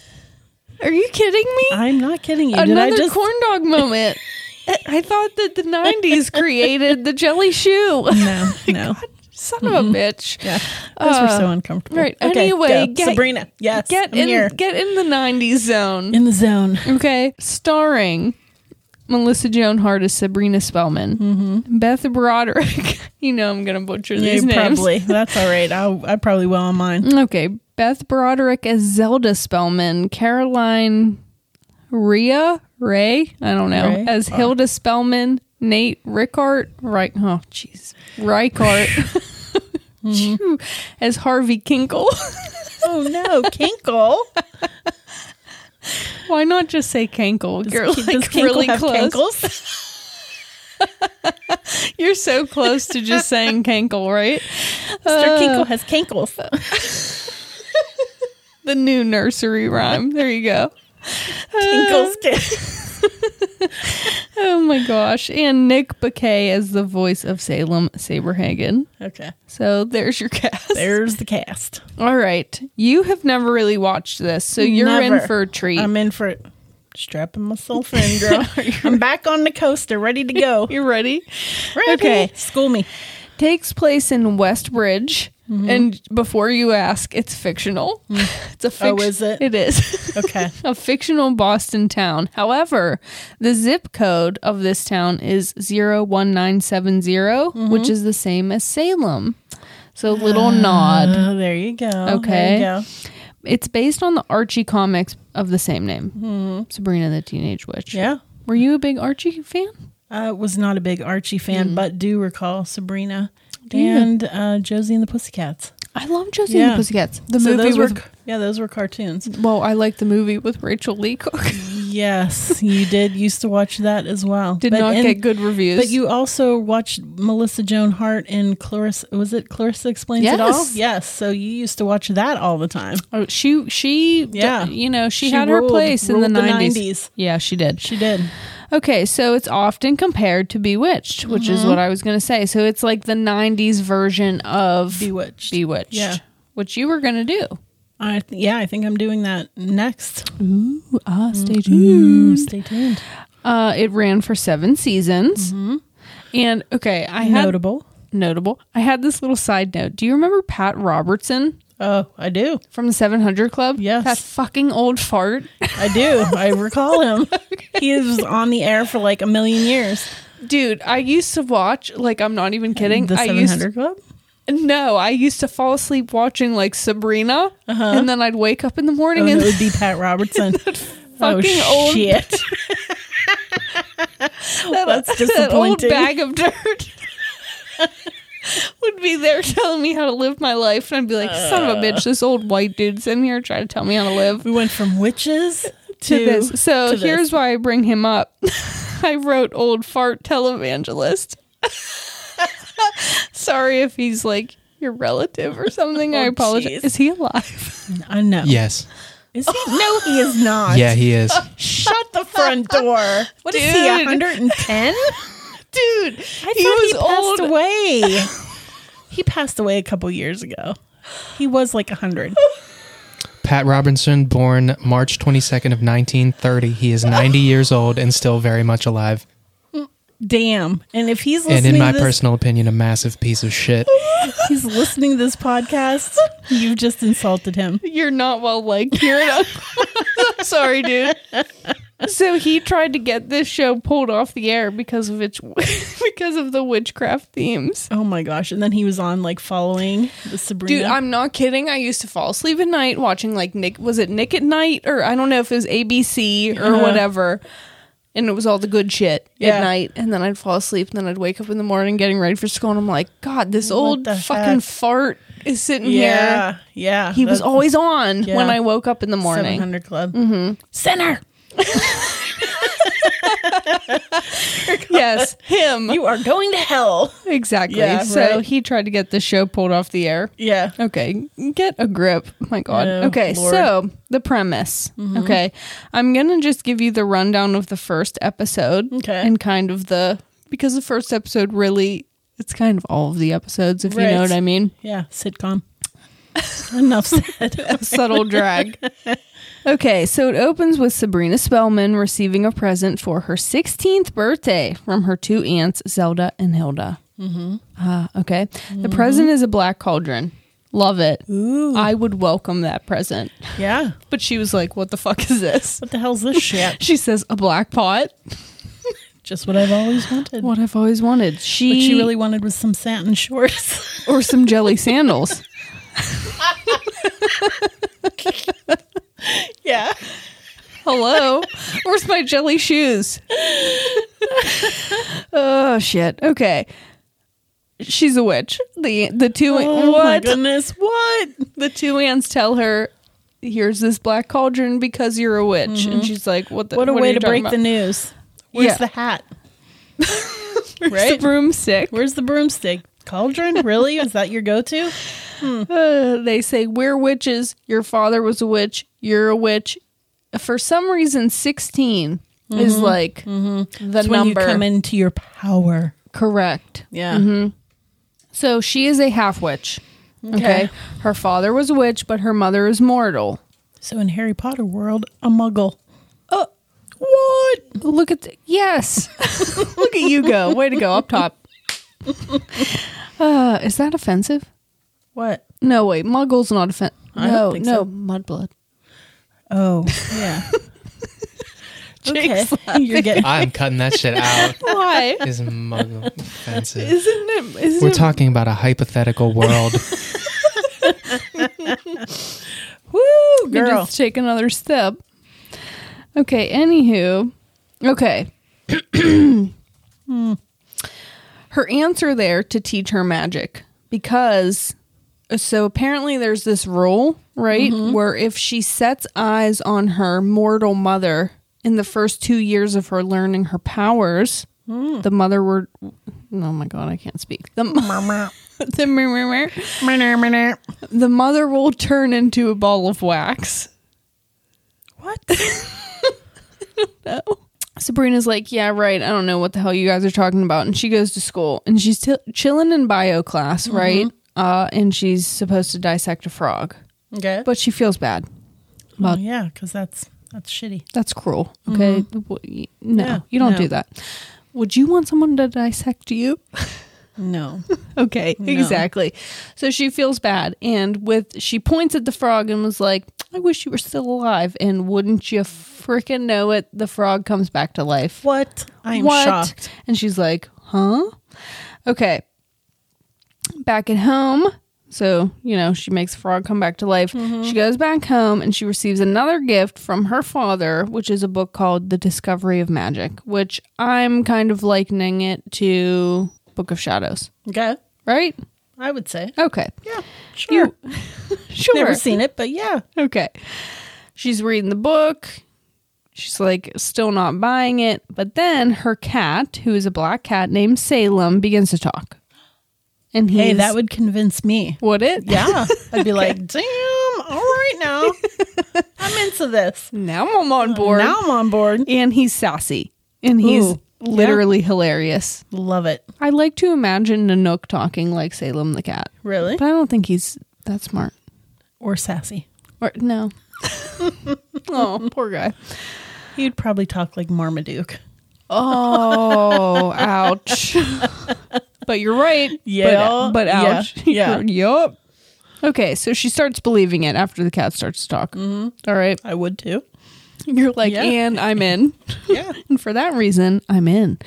Speaker 2: Are you kidding me?
Speaker 3: I'm not kidding you. Did I
Speaker 2: Another
Speaker 3: just
Speaker 2: corn dog moment. I thought that the 90s created the jelly shoe.
Speaker 3: no? No.
Speaker 2: Son of a bitch.
Speaker 3: Yeah, those were so uncomfortable.
Speaker 2: right, anyway,
Speaker 3: go.
Speaker 2: get-
Speaker 3: Sabrina, yes,
Speaker 2: Get
Speaker 3: I'm
Speaker 2: in
Speaker 3: here.
Speaker 2: get in the 90s zone.
Speaker 3: in the zone.
Speaker 2: Okay. Starring Melissa Joan Hart as Sabrina Spellman. Beth Broderick. Mm-hmm. you know I'm going to butcher these
Speaker 3: Yeah,
Speaker 2: names.
Speaker 3: probably that's all right. I I probably will on mine.
Speaker 2: Okay. Beth Broderick as Zelda Spellman. Caroline Rhea Ray, I don't know,
Speaker 3: Ray?
Speaker 2: as Hilda Spellman. Nate Rickart, right? Oh, jeez. Rickart. Phew, As Harvey Kinkle.
Speaker 3: Oh no, Kinkle!
Speaker 2: Why not just say Kinkle? You're
Speaker 3: Does
Speaker 2: like
Speaker 3: Kinkle
Speaker 2: really
Speaker 3: have
Speaker 2: close.
Speaker 3: cankles?
Speaker 2: You're so close to just saying Kinkle, right?
Speaker 3: Mr. Kinkle has cankles.
Speaker 2: The new nursery rhyme. There you go.
Speaker 3: Kinkles, kin-
Speaker 2: Oh my gosh. And Nick Bakay as the voice of Salem Saberhagen.
Speaker 3: okay,
Speaker 2: So there's your cast.
Speaker 3: there's the cast.
Speaker 2: All right. You have never really watched this, so you're in
Speaker 3: Never.
Speaker 2: for a treat.
Speaker 3: I'm in for it. Strapping myself in, girl. I'm back on the coaster, ready to go.
Speaker 2: you ready?
Speaker 3: Ready.
Speaker 2: Okay.
Speaker 3: school me.
Speaker 2: Takes place in Westbridge.
Speaker 3: Mm-hmm.
Speaker 2: And before you ask, it's fictional. It's a fic-
Speaker 3: Oh, is it?
Speaker 2: It is.
Speaker 3: Okay,
Speaker 2: a fictional Boston town. However, the zip code of this town is 01970,
Speaker 3: Mm-hmm.
Speaker 2: which is the same as Salem. So little nod.
Speaker 3: oh, there you go. There you
Speaker 2: Okay.
Speaker 3: go.
Speaker 2: It's based on the Archie comics of the same name.
Speaker 3: Mm-hmm.
Speaker 2: Sabrina the Teenage Witch.
Speaker 3: yeah.
Speaker 2: Were you a big Archie fan?
Speaker 3: I was not a big Archie fan,
Speaker 2: Mm-hmm.
Speaker 3: but do recall Sabrina and uh, Josie and the Pussycats.
Speaker 2: I love Josie and the
Speaker 3: Yeah.
Speaker 2: Pussycats. The
Speaker 3: So
Speaker 2: movie Mm-hmm.
Speaker 3: those were
Speaker 2: with
Speaker 3: ca- yeah, those were cartoons.
Speaker 2: well, I like the movie with Rachel Lee Cook.
Speaker 3: Yes, you did used to watch that as well.
Speaker 2: Did
Speaker 3: But
Speaker 2: not
Speaker 3: in-
Speaker 2: get good reviews.
Speaker 3: But you also watched Melissa Joan Hart and Clarissa. Was it Clarissa Explains It All?
Speaker 2: Yes.
Speaker 3: Yes. So you used to watch that all the time.
Speaker 2: Oh, she she
Speaker 3: Yeah.
Speaker 2: you know she,
Speaker 3: She
Speaker 2: had her
Speaker 3: ruled-
Speaker 2: place in
Speaker 3: ruled
Speaker 2: the
Speaker 3: the
Speaker 2: nineties.
Speaker 3: 90s.
Speaker 2: Yeah, she did.
Speaker 3: She did.
Speaker 2: Okay, so it's often compared to Bewitched, which is
Speaker 3: Mm-hmm.
Speaker 2: what I was going to say. So it's like the 90s version of
Speaker 3: Bewitched.
Speaker 2: Bewitched,
Speaker 3: Yeah.
Speaker 2: which you were going to do.
Speaker 3: I th- yeah, I think I'm doing that next.
Speaker 2: Ooh, ah, stay
Speaker 3: Ooh, stay tuned.
Speaker 2: Uh, it ran for seven seasons.
Speaker 3: Mm-hmm.
Speaker 2: And okay, I had
Speaker 3: Notable.
Speaker 2: notable. I had this little side note. Do you remember Pat Robertson
Speaker 3: Oh, I do.
Speaker 2: from the 700 Club?
Speaker 3: Yes.
Speaker 2: That fucking old fart.
Speaker 3: I do. I recall him. He was on the air for like a million years.
Speaker 2: Dude, I used to watch, like, I'm not even kidding.
Speaker 3: The
Speaker 2: I
Speaker 3: 700
Speaker 2: used
Speaker 3: Club?
Speaker 2: No, I used to fall asleep watching, like, Sabrina. And then I'd wake up in the morning
Speaker 3: Uh-huh. Oh,
Speaker 2: and
Speaker 3: it would be Pat Robertson. oh,
Speaker 2: fucking old-
Speaker 3: shit.
Speaker 2: that,
Speaker 3: That's
Speaker 2: that old
Speaker 3: disappointing.
Speaker 2: bag of dirt would be there telling me how to live my life. And I'd be like, son of a
Speaker 3: Uh.
Speaker 2: bitch, this old white dude's in here trying to tell me how to live.
Speaker 3: We went from witches to,
Speaker 2: to this. So
Speaker 3: to this.
Speaker 2: here's why I bring him up. I wrote old fart televangelist. Sorry if he's like your relative or something. I
Speaker 3: Oh,
Speaker 2: apologize.
Speaker 3: jeez.
Speaker 2: Is he alive?
Speaker 3: I know.
Speaker 4: Yes.
Speaker 3: Is he? No, he is not.
Speaker 4: Yeah, he is.
Speaker 3: Shut the front door. What is he,
Speaker 2: Dude.
Speaker 3: 110?
Speaker 2: Dude,
Speaker 3: I thought he passed away. he passed away a couple years ago. He was like 100.
Speaker 4: Pat Robinson, born March 22nd of 1930. He is 90 years old and still very much alive.
Speaker 3: Damn. And if he's listening
Speaker 4: and in my
Speaker 3: to this,
Speaker 4: personal opinion, a massive piece of shit.
Speaker 3: he's listening to this podcast, you've just insulted him.
Speaker 2: You're not well liked here. at all. Sorry, dude. So he tried to get this show pulled off the air because of its because of the witchcraft themes.
Speaker 3: Oh my gosh. And then he was on like following the Sabrina.
Speaker 2: Dude, I'm not kidding. I used to fall asleep at night watching like Nick was it Nick at Night or I don't know if it was ABC or whatever. And it was all the good shit
Speaker 3: Uh-huh. Yeah.
Speaker 2: at night. And then I'd fall asleep and then I'd wake up in the morning getting ready for school and I'm like, God, this old
Speaker 3: the
Speaker 2: fucking
Speaker 3: heck?
Speaker 2: fart is sitting here.
Speaker 3: yeah. Yeah.
Speaker 2: He was
Speaker 3: That's
Speaker 2: always on
Speaker 3: Yeah.
Speaker 2: when I woke up in the morning.
Speaker 3: 700 Club. Mm-hmm. Center.
Speaker 2: Yes, him.
Speaker 3: You are going to hell.
Speaker 2: exactly.
Speaker 3: Yeah,
Speaker 2: so
Speaker 3: right.
Speaker 2: he tried to get the show pulled off the air.
Speaker 3: Yeah.
Speaker 2: Okay, get a grip. My God.
Speaker 3: Oh,
Speaker 2: okay,
Speaker 3: Lord. Mm-hmm.
Speaker 2: so the premise. Okay, I'm gonna just give you the rundown of the first episode.
Speaker 3: Okay.
Speaker 2: and kind of the because the first episode really it's kind of all of the episodes if you know
Speaker 3: Right.
Speaker 2: what I mean.
Speaker 3: Yeah. Sitcom. Enough said.
Speaker 2: A subtle drag. Okay, so it opens with Sabrina Spellman receiving a present for her 16th birthday from her two aunts, Zelda and Hilda.
Speaker 3: Mm-hmm.
Speaker 2: Ah, okay. The present is a black cauldron. Love it. I would welcome that present.
Speaker 3: Yeah.
Speaker 2: But she was like, "What the fuck is this?"
Speaker 3: What the hell's this shit?
Speaker 2: She says, "A black pot."
Speaker 3: Just what I've always wanted.
Speaker 2: What I've always wanted. She,
Speaker 3: What she really wanted was some satin shorts.
Speaker 2: or some jelly sandals.
Speaker 3: yeah.
Speaker 2: Hello, where's my jelly shoes? oh shit. Okay, she's a witch. the The two
Speaker 3: Oh my
Speaker 2: what
Speaker 3: goodness. What?
Speaker 2: the two aunts tell her. Here's this black cauldron because you're a witch, and she's like, Mm-hmm. "What? The,
Speaker 3: What a
Speaker 2: are
Speaker 3: way
Speaker 2: you
Speaker 3: to
Speaker 2: talking
Speaker 3: break
Speaker 2: about?
Speaker 3: the news. Where's
Speaker 2: Yeah.
Speaker 3: the hat?
Speaker 2: Where's
Speaker 3: right?
Speaker 2: the broom sick."
Speaker 3: Where's the broomstick? Cauldron? Really? Is that your go to?
Speaker 2: Uh, they say we're witches. Your father was a witch. You're a witch. For some reason, 16 is like the
Speaker 3: It's Mm-hmm. when you
Speaker 2: number
Speaker 3: come into your power.
Speaker 2: correct.
Speaker 3: Yeah.
Speaker 2: So she is a half witch. Okay.
Speaker 3: Okay.
Speaker 2: her father was a witch, but her mother is mortal.
Speaker 3: So in Harry Potter world, a muggle. Uh, what?
Speaker 2: Look at the, yes, look at you go. Way to go up top. Uh, is that offensive?
Speaker 3: What?
Speaker 2: No, wait. Muggle's not offensive.
Speaker 3: I don't
Speaker 2: No,
Speaker 3: think
Speaker 2: no,
Speaker 3: so.
Speaker 2: mudblood.
Speaker 3: Oh, yeah. okay.
Speaker 2: Jake's
Speaker 3: You're getting
Speaker 4: I'm cutting that shit out.
Speaker 2: Why
Speaker 4: Is muggle offensive?
Speaker 2: isn't it? Isn't
Speaker 4: We're
Speaker 2: it
Speaker 4: talking about a hypothetical world.
Speaker 2: Woo,
Speaker 3: girl.
Speaker 2: Just take another step. Okay, anywho. Okay. her aunts are there to teach her magic because so apparently there's this rule, right? Where if she sets eyes on her mortal mother in the first two years of her learning her powers, the mother were oh my god, I can't speak. The, the the mother will turn into a ball of wax.
Speaker 3: what?
Speaker 2: No. Sabrina's like, yeah, right. I don't know what the hell you guys are talking about. And she goes to school and she's t- chilling in bio class,
Speaker 3: Mm-hmm.
Speaker 2: right? Uh, and she's supposed to dissect a frog,
Speaker 3: Okay. But
Speaker 2: but she feels bad.
Speaker 3: well, yeah, because that's that's shitty.
Speaker 2: That's cruel. Okay. W- No,
Speaker 3: Mm-hmm. Yeah,
Speaker 2: you don't
Speaker 3: no.
Speaker 2: do that. Would you want someone to dissect you?
Speaker 3: No.
Speaker 2: Okay, exactly. So she feels bad and with she points at the frog and was like, "I wish you were still alive." And wouldn't you freaking know it, the frog comes back to life.
Speaker 3: what? I am shocked.
Speaker 2: And she's like, "Huh?" Okay. Back at home, so, you know, she makes the frog come back to life.
Speaker 3: Mm-hmm.
Speaker 2: She goes back home and she receives another gift from her father, which is a book called The Discovery of Magic, which I'm kind of likening it to Book of Shadows
Speaker 3: Okay.
Speaker 2: right?
Speaker 3: I would say.
Speaker 2: Okay.
Speaker 3: Yeah. Sure.
Speaker 2: Sure.
Speaker 3: Never seen it, but yeah.
Speaker 2: Okay. She's reading the book. She's like still not buying it, but then her cat, who is a black cat named Salem, begins to talk. And he's
Speaker 3: Hey, that would convince me.
Speaker 2: would it?
Speaker 3: Yeah. I'd be like, damn, all right now. I'm into this.
Speaker 2: Now I'm on board.
Speaker 3: Oh, Now I'm on board.
Speaker 2: And he's sassy. And he's
Speaker 3: Ooh.
Speaker 2: literally hilarious.
Speaker 3: Love it.
Speaker 2: I like to imagine Nanook talking like Salem the cat,
Speaker 3: Really?
Speaker 2: but I don't think he's that smart.
Speaker 3: Or sassy.
Speaker 2: Or no. oh, poor guy.
Speaker 3: You'd probably talk like Marmaduke.
Speaker 2: Oh, ouch. but you're right.
Speaker 3: Yeah.
Speaker 2: But, but
Speaker 3: Yeah.
Speaker 2: ouch.
Speaker 3: Yeah.
Speaker 2: yup. Okay, so she starts believing it after the cat starts to talk. All right.
Speaker 3: I would too.
Speaker 2: You're like,
Speaker 3: Mm-hmm. Yeah.
Speaker 2: and I'm in.
Speaker 3: Yeah.
Speaker 2: and for that reason, I'm in.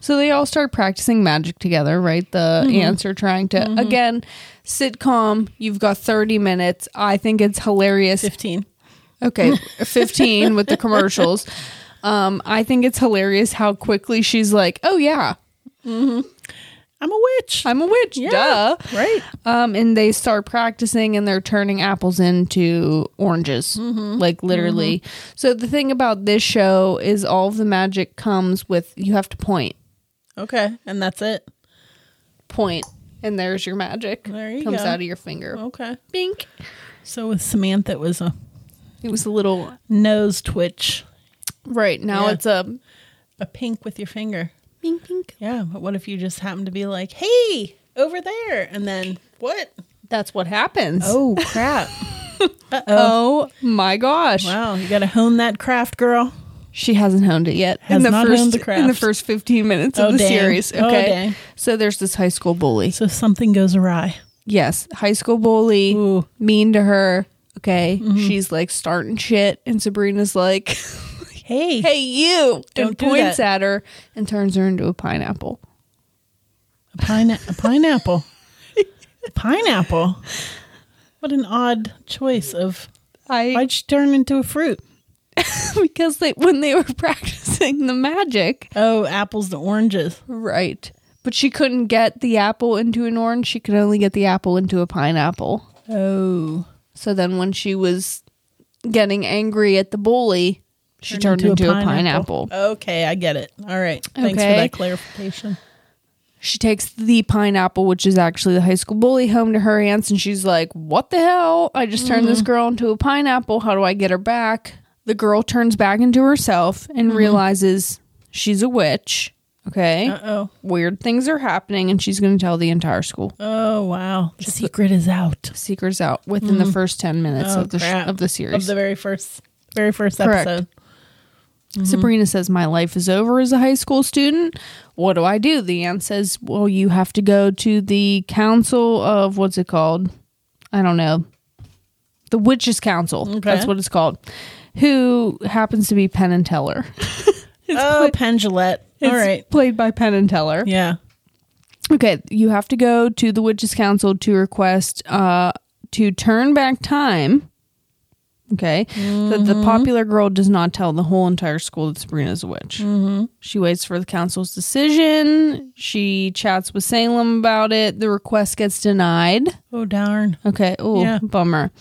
Speaker 2: So they all start practicing magic together, right? The
Speaker 3: Mm-hmm.
Speaker 2: ants are trying to, again, sitcom, you've got 30 minutes. I think it's hilarious.
Speaker 3: 15.
Speaker 2: Okay, 15 with the commercials. Um, I think it's hilarious how quickly she's like, "Oh yeah,
Speaker 3: I'm a witch.
Speaker 2: I'm a witch." Duh.
Speaker 3: Right.
Speaker 2: Um, and they start practicing and they're turning apples into oranges,
Speaker 3: Mm-hmm.
Speaker 2: like literally. So the thing about this show is all of the magic comes with you have to point,
Speaker 3: Okay. And that's it.
Speaker 2: point, and there's your magic.
Speaker 3: There you
Speaker 2: comes
Speaker 3: go.
Speaker 2: out of your finger.
Speaker 3: Okay.
Speaker 2: Bink.
Speaker 3: So with Samantha, it was a
Speaker 2: It was a little
Speaker 3: nose twitch,
Speaker 2: right now.
Speaker 3: Yeah.
Speaker 2: It's a
Speaker 3: a pink with your finger.
Speaker 2: bink bink.
Speaker 3: Yeah. But what if you just happen to be like, hey, over there? And then what?
Speaker 2: That's what happens.
Speaker 3: Oh, crap. uh oh.
Speaker 2: Oh my gosh.
Speaker 3: Wow. You got to hone that craft, girl.
Speaker 2: She hasn't honed it yet.
Speaker 3: Has
Speaker 2: in the
Speaker 3: not
Speaker 2: first
Speaker 3: honed the craft.
Speaker 2: in the first fifteen minutes
Speaker 3: Oh,
Speaker 2: of the
Speaker 3: dang.
Speaker 2: series. Okay.
Speaker 3: Oh, dang.
Speaker 2: So there's this high school bully.
Speaker 3: So something goes awry.
Speaker 2: Yes, high school bully,
Speaker 3: Ooh.
Speaker 2: mean to her. Okay. She's like starting shit, and Sabrina's like,
Speaker 3: Hey.
Speaker 2: "Hey, you!" and
Speaker 3: Don't do
Speaker 2: points
Speaker 3: that.
Speaker 2: at her and turns her into a pineapple.
Speaker 3: A, pine- a pineapple. pineapple. What an odd choice of
Speaker 2: I
Speaker 3: why'd she turn into a fruit?
Speaker 2: because they when they were practicing the magic,
Speaker 3: Oh, apples to oranges.
Speaker 2: right? But she couldn't get the apple into an orange. She could only get the apple into a pineapple.
Speaker 3: Oh.
Speaker 2: So then when she was getting angry at the bully, she turned, into, a, pineapple.
Speaker 3: Okay, I get it. All right. Thanks
Speaker 2: Okay.
Speaker 3: for that clarification.
Speaker 2: She takes the pineapple, which is actually the high school bully, home to her aunts, and she's like, What the hell? I just turned
Speaker 3: Mm-hmm.
Speaker 2: this girl into a pineapple. How do I get her back? The girl turns back into herself and
Speaker 3: Mm-hmm.
Speaker 2: realizes she's a witch. Okay.
Speaker 3: Uh-oh.
Speaker 2: Weird things are happening, and she's going to tell the entire school.
Speaker 3: Oh, wow. The secret is out.
Speaker 2: Secrets out within the first 10 minutes
Speaker 3: Oh,
Speaker 2: of, the sh-
Speaker 3: crap.
Speaker 2: of the series.
Speaker 3: Of the very first very first
Speaker 2: Correct.
Speaker 3: episode. Mm-hmm.
Speaker 2: Sabrina says, My life is over as a high school student. What do I do? The aunt says, Well, you have to go to the council of what's it called? I don't know. The Witches Council.
Speaker 3: Okay.
Speaker 2: That's what it's called. Who happens to be Penn and Teller.
Speaker 3: oh, Pendulette. All
Speaker 2: It's
Speaker 3: right.
Speaker 2: Played by Penn and Teller.
Speaker 3: Yeah.
Speaker 2: Okay, you have to go to the Witches Council to request uh, to turn back time. Okay, that the popular girl does not tell the whole entire school that Sabrina's a witch. She waits for the council's decision. She chats with Salem about it. The request gets denied.
Speaker 3: Oh, darn.
Speaker 2: Okay, oh,
Speaker 3: Yeah.
Speaker 2: bummer.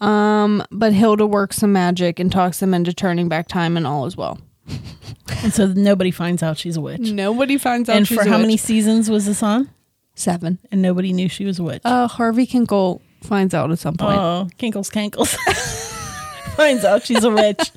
Speaker 2: Um, but Hilda works some magic and talks them into turning back time, and all is well.
Speaker 3: And so nobody finds out she's a witch.
Speaker 2: Nobody finds out.
Speaker 3: and
Speaker 2: Mm, she's
Speaker 3: for
Speaker 2: a
Speaker 3: how
Speaker 2: witch.
Speaker 3: many seasons was this on?
Speaker 2: Seven.
Speaker 3: And nobody knew she was a witch.
Speaker 2: Uh, Harvey Kinkle finds out at some Oh, point.
Speaker 3: Oh, Kinkles Kankles. finds out she's a witch.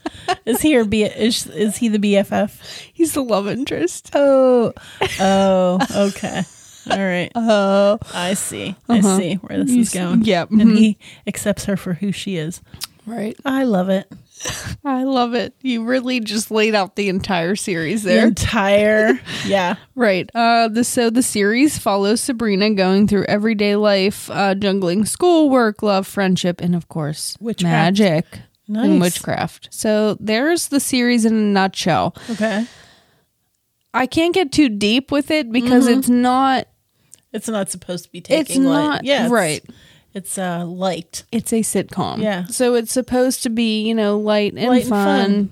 Speaker 3: Is he or B- is, is he the BFF?
Speaker 2: He's the love interest.
Speaker 3: Oh, oh, okay. All right.
Speaker 2: Oh,
Speaker 3: I see.
Speaker 2: Uh-huh.
Speaker 3: I see where this
Speaker 2: You
Speaker 3: is
Speaker 2: s-
Speaker 3: going.
Speaker 2: yeah, mhm.
Speaker 3: And he accepts her for who she is.
Speaker 2: right.
Speaker 3: I love it.
Speaker 2: I love it. You really just laid out the entire series
Speaker 3: The
Speaker 2: there.
Speaker 3: entire, yeah.
Speaker 2: Right. Uh, the, so the series follows Sabrina going through everyday life, uh, jungling schoolwork, love, friendship, and of course,
Speaker 3: Witchcraft.
Speaker 2: magic and
Speaker 3: Nice.
Speaker 2: witchcraft. So there's the series in a nutshell.
Speaker 3: Okay.
Speaker 2: I can't get too deep with it because
Speaker 3: Mm-hmm.
Speaker 2: it's not.
Speaker 3: It's not supposed to be taking
Speaker 2: It's
Speaker 3: light.
Speaker 2: not
Speaker 3: yeah, it's-
Speaker 2: right.
Speaker 3: It's uh light.
Speaker 2: It's a sitcom.
Speaker 3: Yeah.
Speaker 2: So it's supposed to be you know light and,
Speaker 3: Light and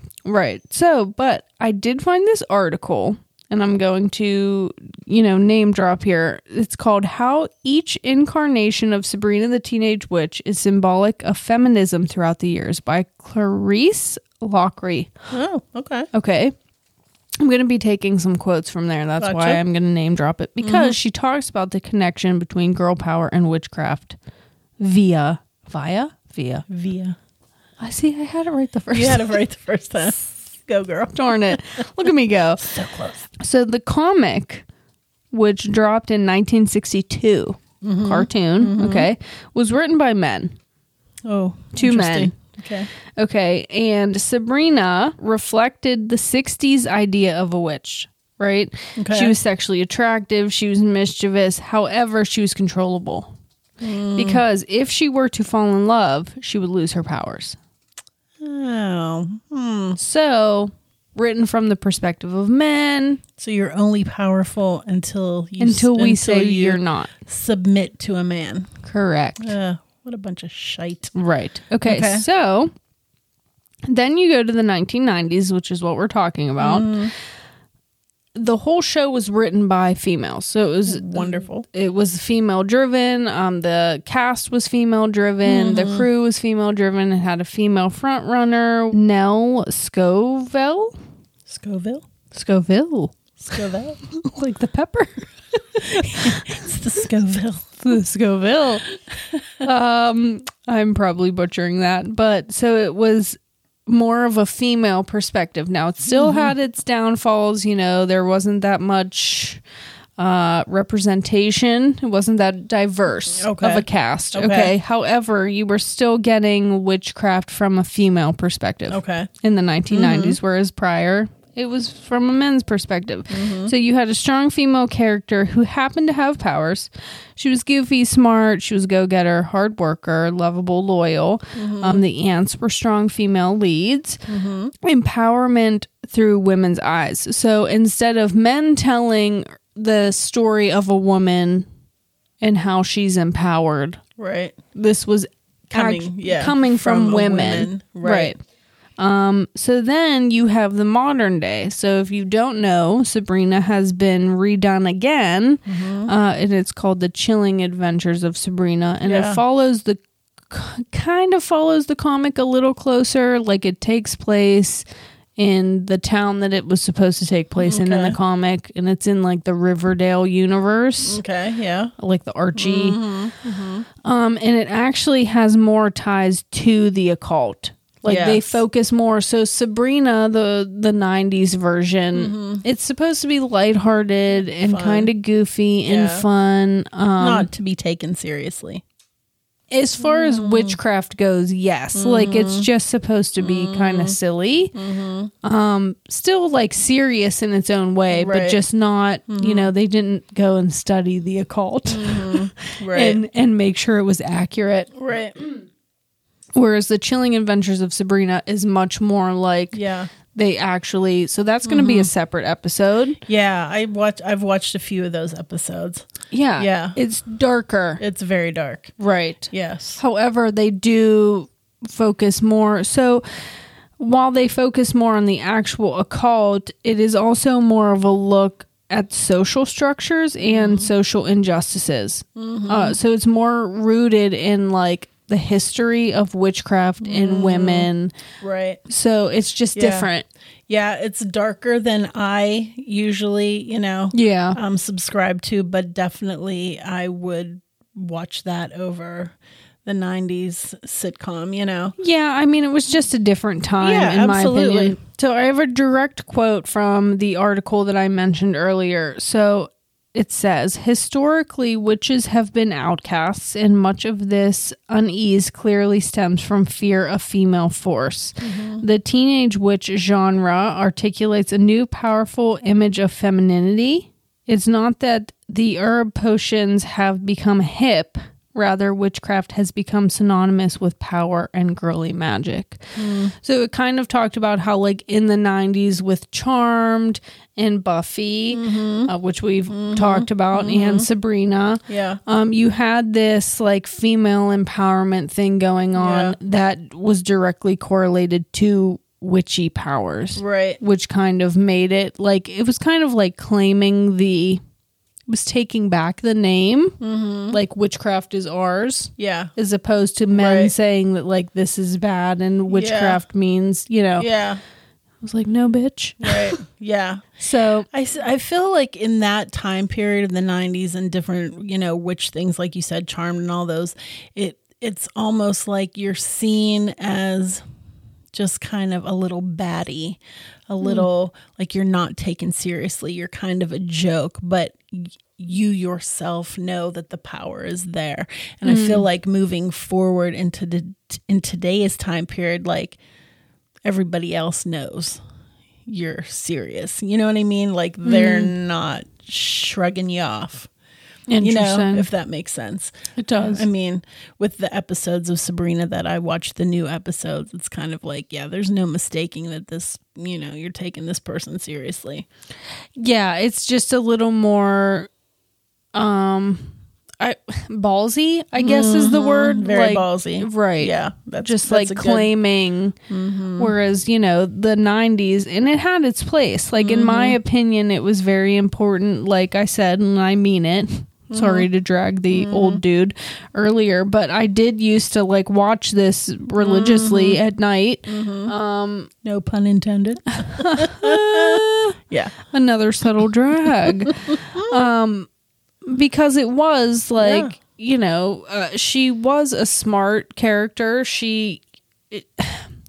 Speaker 2: fun. Right. So, but I did find this article. And I'm going to, you know, name drop here. It's called How Each Incarnation of Sabrina the Teenage Witch is Symbolic of Feminism Throughout the Years by Clarice Lockery.
Speaker 3: Oh, okay.
Speaker 2: Okay. I'm going to be taking some quotes from there. That's
Speaker 3: Gotcha.
Speaker 2: why I'm going to name drop it because she talks about the connection between girl power and witchcraft via, via, via.
Speaker 3: Via.
Speaker 2: I see, I had it right the first
Speaker 3: You had it right the first time. Go, girl.
Speaker 2: Darn it. Look at me go. So close. So the comic, which dropped in 1962, cartoon, okay, was written by men.
Speaker 3: Oh,
Speaker 2: Two men.
Speaker 3: interesting. Okay.
Speaker 2: Okay. And Sabrina reflected the 60s idea of a witch, right?
Speaker 3: Okay.
Speaker 2: She was sexually attractive. She was mischievous. However, she was controllable.
Speaker 3: Hmm.
Speaker 2: Because if she were to fall in love, she would lose her powers.
Speaker 3: Oh, hmm.
Speaker 2: So, written from the perspective of men,
Speaker 3: So you're only powerful until you
Speaker 2: until we say
Speaker 3: you
Speaker 2: you're not.
Speaker 3: submit to a man.
Speaker 2: Correct.
Speaker 3: Uh, what a bunch of shite.
Speaker 2: Right. Okay,
Speaker 3: Okay.
Speaker 2: So then you go to the 1990s, which is what we're talking about. The whole show was written by females, so it was
Speaker 3: Wonderful.
Speaker 2: it was female driven. Um, the cast was female driven. The crew was female driven. It had a female front runner, Nell Scoville.
Speaker 3: Scoville.
Speaker 2: Scoville,
Speaker 3: Scoville.
Speaker 2: like the pepper.
Speaker 3: it's the Scoville.
Speaker 2: the Scoville. um, I'm probably butchering that, but so it was more of a female perspective. Now it still had its downfalls. You know, there wasn't that much uh, representation. It wasn't that diverse of
Speaker 3: Okay.
Speaker 2: a cast. Okay.
Speaker 3: Okay.
Speaker 2: However, you were still getting witchcraft from a female perspective
Speaker 3: Okay.
Speaker 2: in the 1990s, whereas prior it was from a men's perspective. So you had a strong female character who happened to have powers. She was goofy, smart, she was go getter, hard worker, lovable, loyal. Um, the ants were strong female leads. Empowerment through women's eyes. So instead of men telling the story of a woman and how she's empowered,
Speaker 3: Right.
Speaker 2: this was
Speaker 3: Coming,
Speaker 2: act-
Speaker 3: yeah,
Speaker 2: coming from,
Speaker 3: from a
Speaker 2: women,
Speaker 3: woman,
Speaker 2: right.
Speaker 3: right.
Speaker 2: um so then you have the modern day so if you don't know sabrina has been redone again uh, and it's called the chilling adventures of sabrina and it
Speaker 3: Yeah.
Speaker 2: follows the k- kind of follows the comic a little closer like it takes place in the town that it was supposed to take place in in
Speaker 3: Okay.
Speaker 2: the comic and it's in like the riverdale universe
Speaker 3: Okay. Yeah.
Speaker 2: like the Archie.
Speaker 3: Mm-hmm,
Speaker 2: Um, and it actually has more ties to the occult. Like they
Speaker 3: Yes.
Speaker 2: focus more. So Sabrina, the the '90s version,
Speaker 3: Mm-hmm.
Speaker 2: it's supposed to be lighthearted and kind of goofy and
Speaker 3: Yeah.
Speaker 2: fun. Um,
Speaker 3: Not to be taken seriously.
Speaker 2: as far as
Speaker 3: Mm-hmm.
Speaker 2: witchcraft goes, yes, like it's just supposed to be
Speaker 3: Mm-hmm.
Speaker 2: kind of silly. Um, still like serious in its own way, but
Speaker 3: Right. Mm-hmm.
Speaker 2: just not. You know, they didn't go and study the occult
Speaker 3: Right.
Speaker 2: and and make sure it was accurate.
Speaker 3: right.
Speaker 2: Whereas the Chilling Adventures of Sabrina is much more like
Speaker 3: Yeah. Mm-hmm.
Speaker 2: they actually. So that's going to be a separate episode.
Speaker 3: Yeah. I watch. I've watched a few of those episodes.
Speaker 2: Yeah,
Speaker 3: Yeah.
Speaker 2: it's darker,
Speaker 3: It's very dark.
Speaker 2: right?
Speaker 3: Yes.
Speaker 2: However, they do focus more. So while they focus more on the actual occult, it is also more of a look at social structures and
Speaker 3: Mm-hmm.
Speaker 2: social injustices. Uh, so it's more rooted in like the history of witchcraft and women.
Speaker 3: Right.
Speaker 2: So it's just
Speaker 3: Mm. Yeah.
Speaker 2: different.
Speaker 3: Yeah. It's darker than I usually, you know,
Speaker 2: Yeah.
Speaker 3: um, subscribe to, but definitely I would watch that over the 90s sitcom, you know?
Speaker 2: Yeah, I mean, it was just a different time,
Speaker 3: Yeah,
Speaker 2: in my
Speaker 3: absolutely.
Speaker 2: opinion. So I have a direct quote from the article that I mentioned earlier. So it says Historically, witches have been outcasts, and much of this unease clearly stems from fear of female force.
Speaker 3: Mm-hmm.
Speaker 2: The teenage witch genre articulates a new powerful image of femininity. It's not that the herb potions have become hip, rather, witchcraft has become synonymous with power and girly magic.
Speaker 3: Hmm.
Speaker 2: So it kind of talked about how, like, in the 90s with Charmed and Buffy, uh, which we've talked about, and Sabrina,
Speaker 3: Mm-hmm. Yeah.
Speaker 2: um, you had this like female empowerment thing going on
Speaker 3: Yeah.
Speaker 2: that was directly correlated to witchy powers
Speaker 3: Right.
Speaker 2: which kind of made it like it was kind of like claiming the it was taking back the name
Speaker 3: Mm-hmm.
Speaker 2: like witchcraft is ours
Speaker 3: Yeah.
Speaker 2: as opposed to men
Speaker 3: Right.
Speaker 2: saying that like this is bad and witchcraft means you know
Speaker 3: Yeah.
Speaker 2: it was like no bitch
Speaker 3: Right. yeah.
Speaker 2: so
Speaker 3: I, s- I feel like in that time period of the 90s and different, you know, witch things, like you said, Charmed and all those, it it's almost like you're seen as just kind of a little batty, a little like you're not taken seriously. You're kind of a joke, but y- you yourself know that the power is there. And I feel like moving forward into the, in today's time period, like everybody else knows you're serious. You know what I mean? Like they're not shrugging you off. You
Speaker 2: interesting
Speaker 3: know, if that makes sense.
Speaker 2: it does
Speaker 3: I mean, with the episodes of Sabrina that I watched, the new episodes, it's kind of like, yeah, there's no mistaking that this, you know, you're taking this person seriously.
Speaker 2: yeah it's just a little more um I, ballsy i guess is the word
Speaker 3: Mm-hmm. Very
Speaker 2: Like,
Speaker 3: ballsy.
Speaker 2: right
Speaker 3: Yeah. That's
Speaker 2: just
Speaker 3: that's a
Speaker 2: like
Speaker 3: good- Mm-hmm.
Speaker 2: claiming whereas you know the 90s and it had its place like in
Speaker 3: Mm-hmm.
Speaker 2: my opinion it was very important like i said and i mean it
Speaker 3: Mm-hmm.
Speaker 2: sorry to drag the old dude earlier but i did used to like watch this religiously
Speaker 3: Mm-hmm.
Speaker 2: at night
Speaker 3: No pun intended. yeah.
Speaker 2: another subtle drag um because it was like you know uh, she was a smart character she it-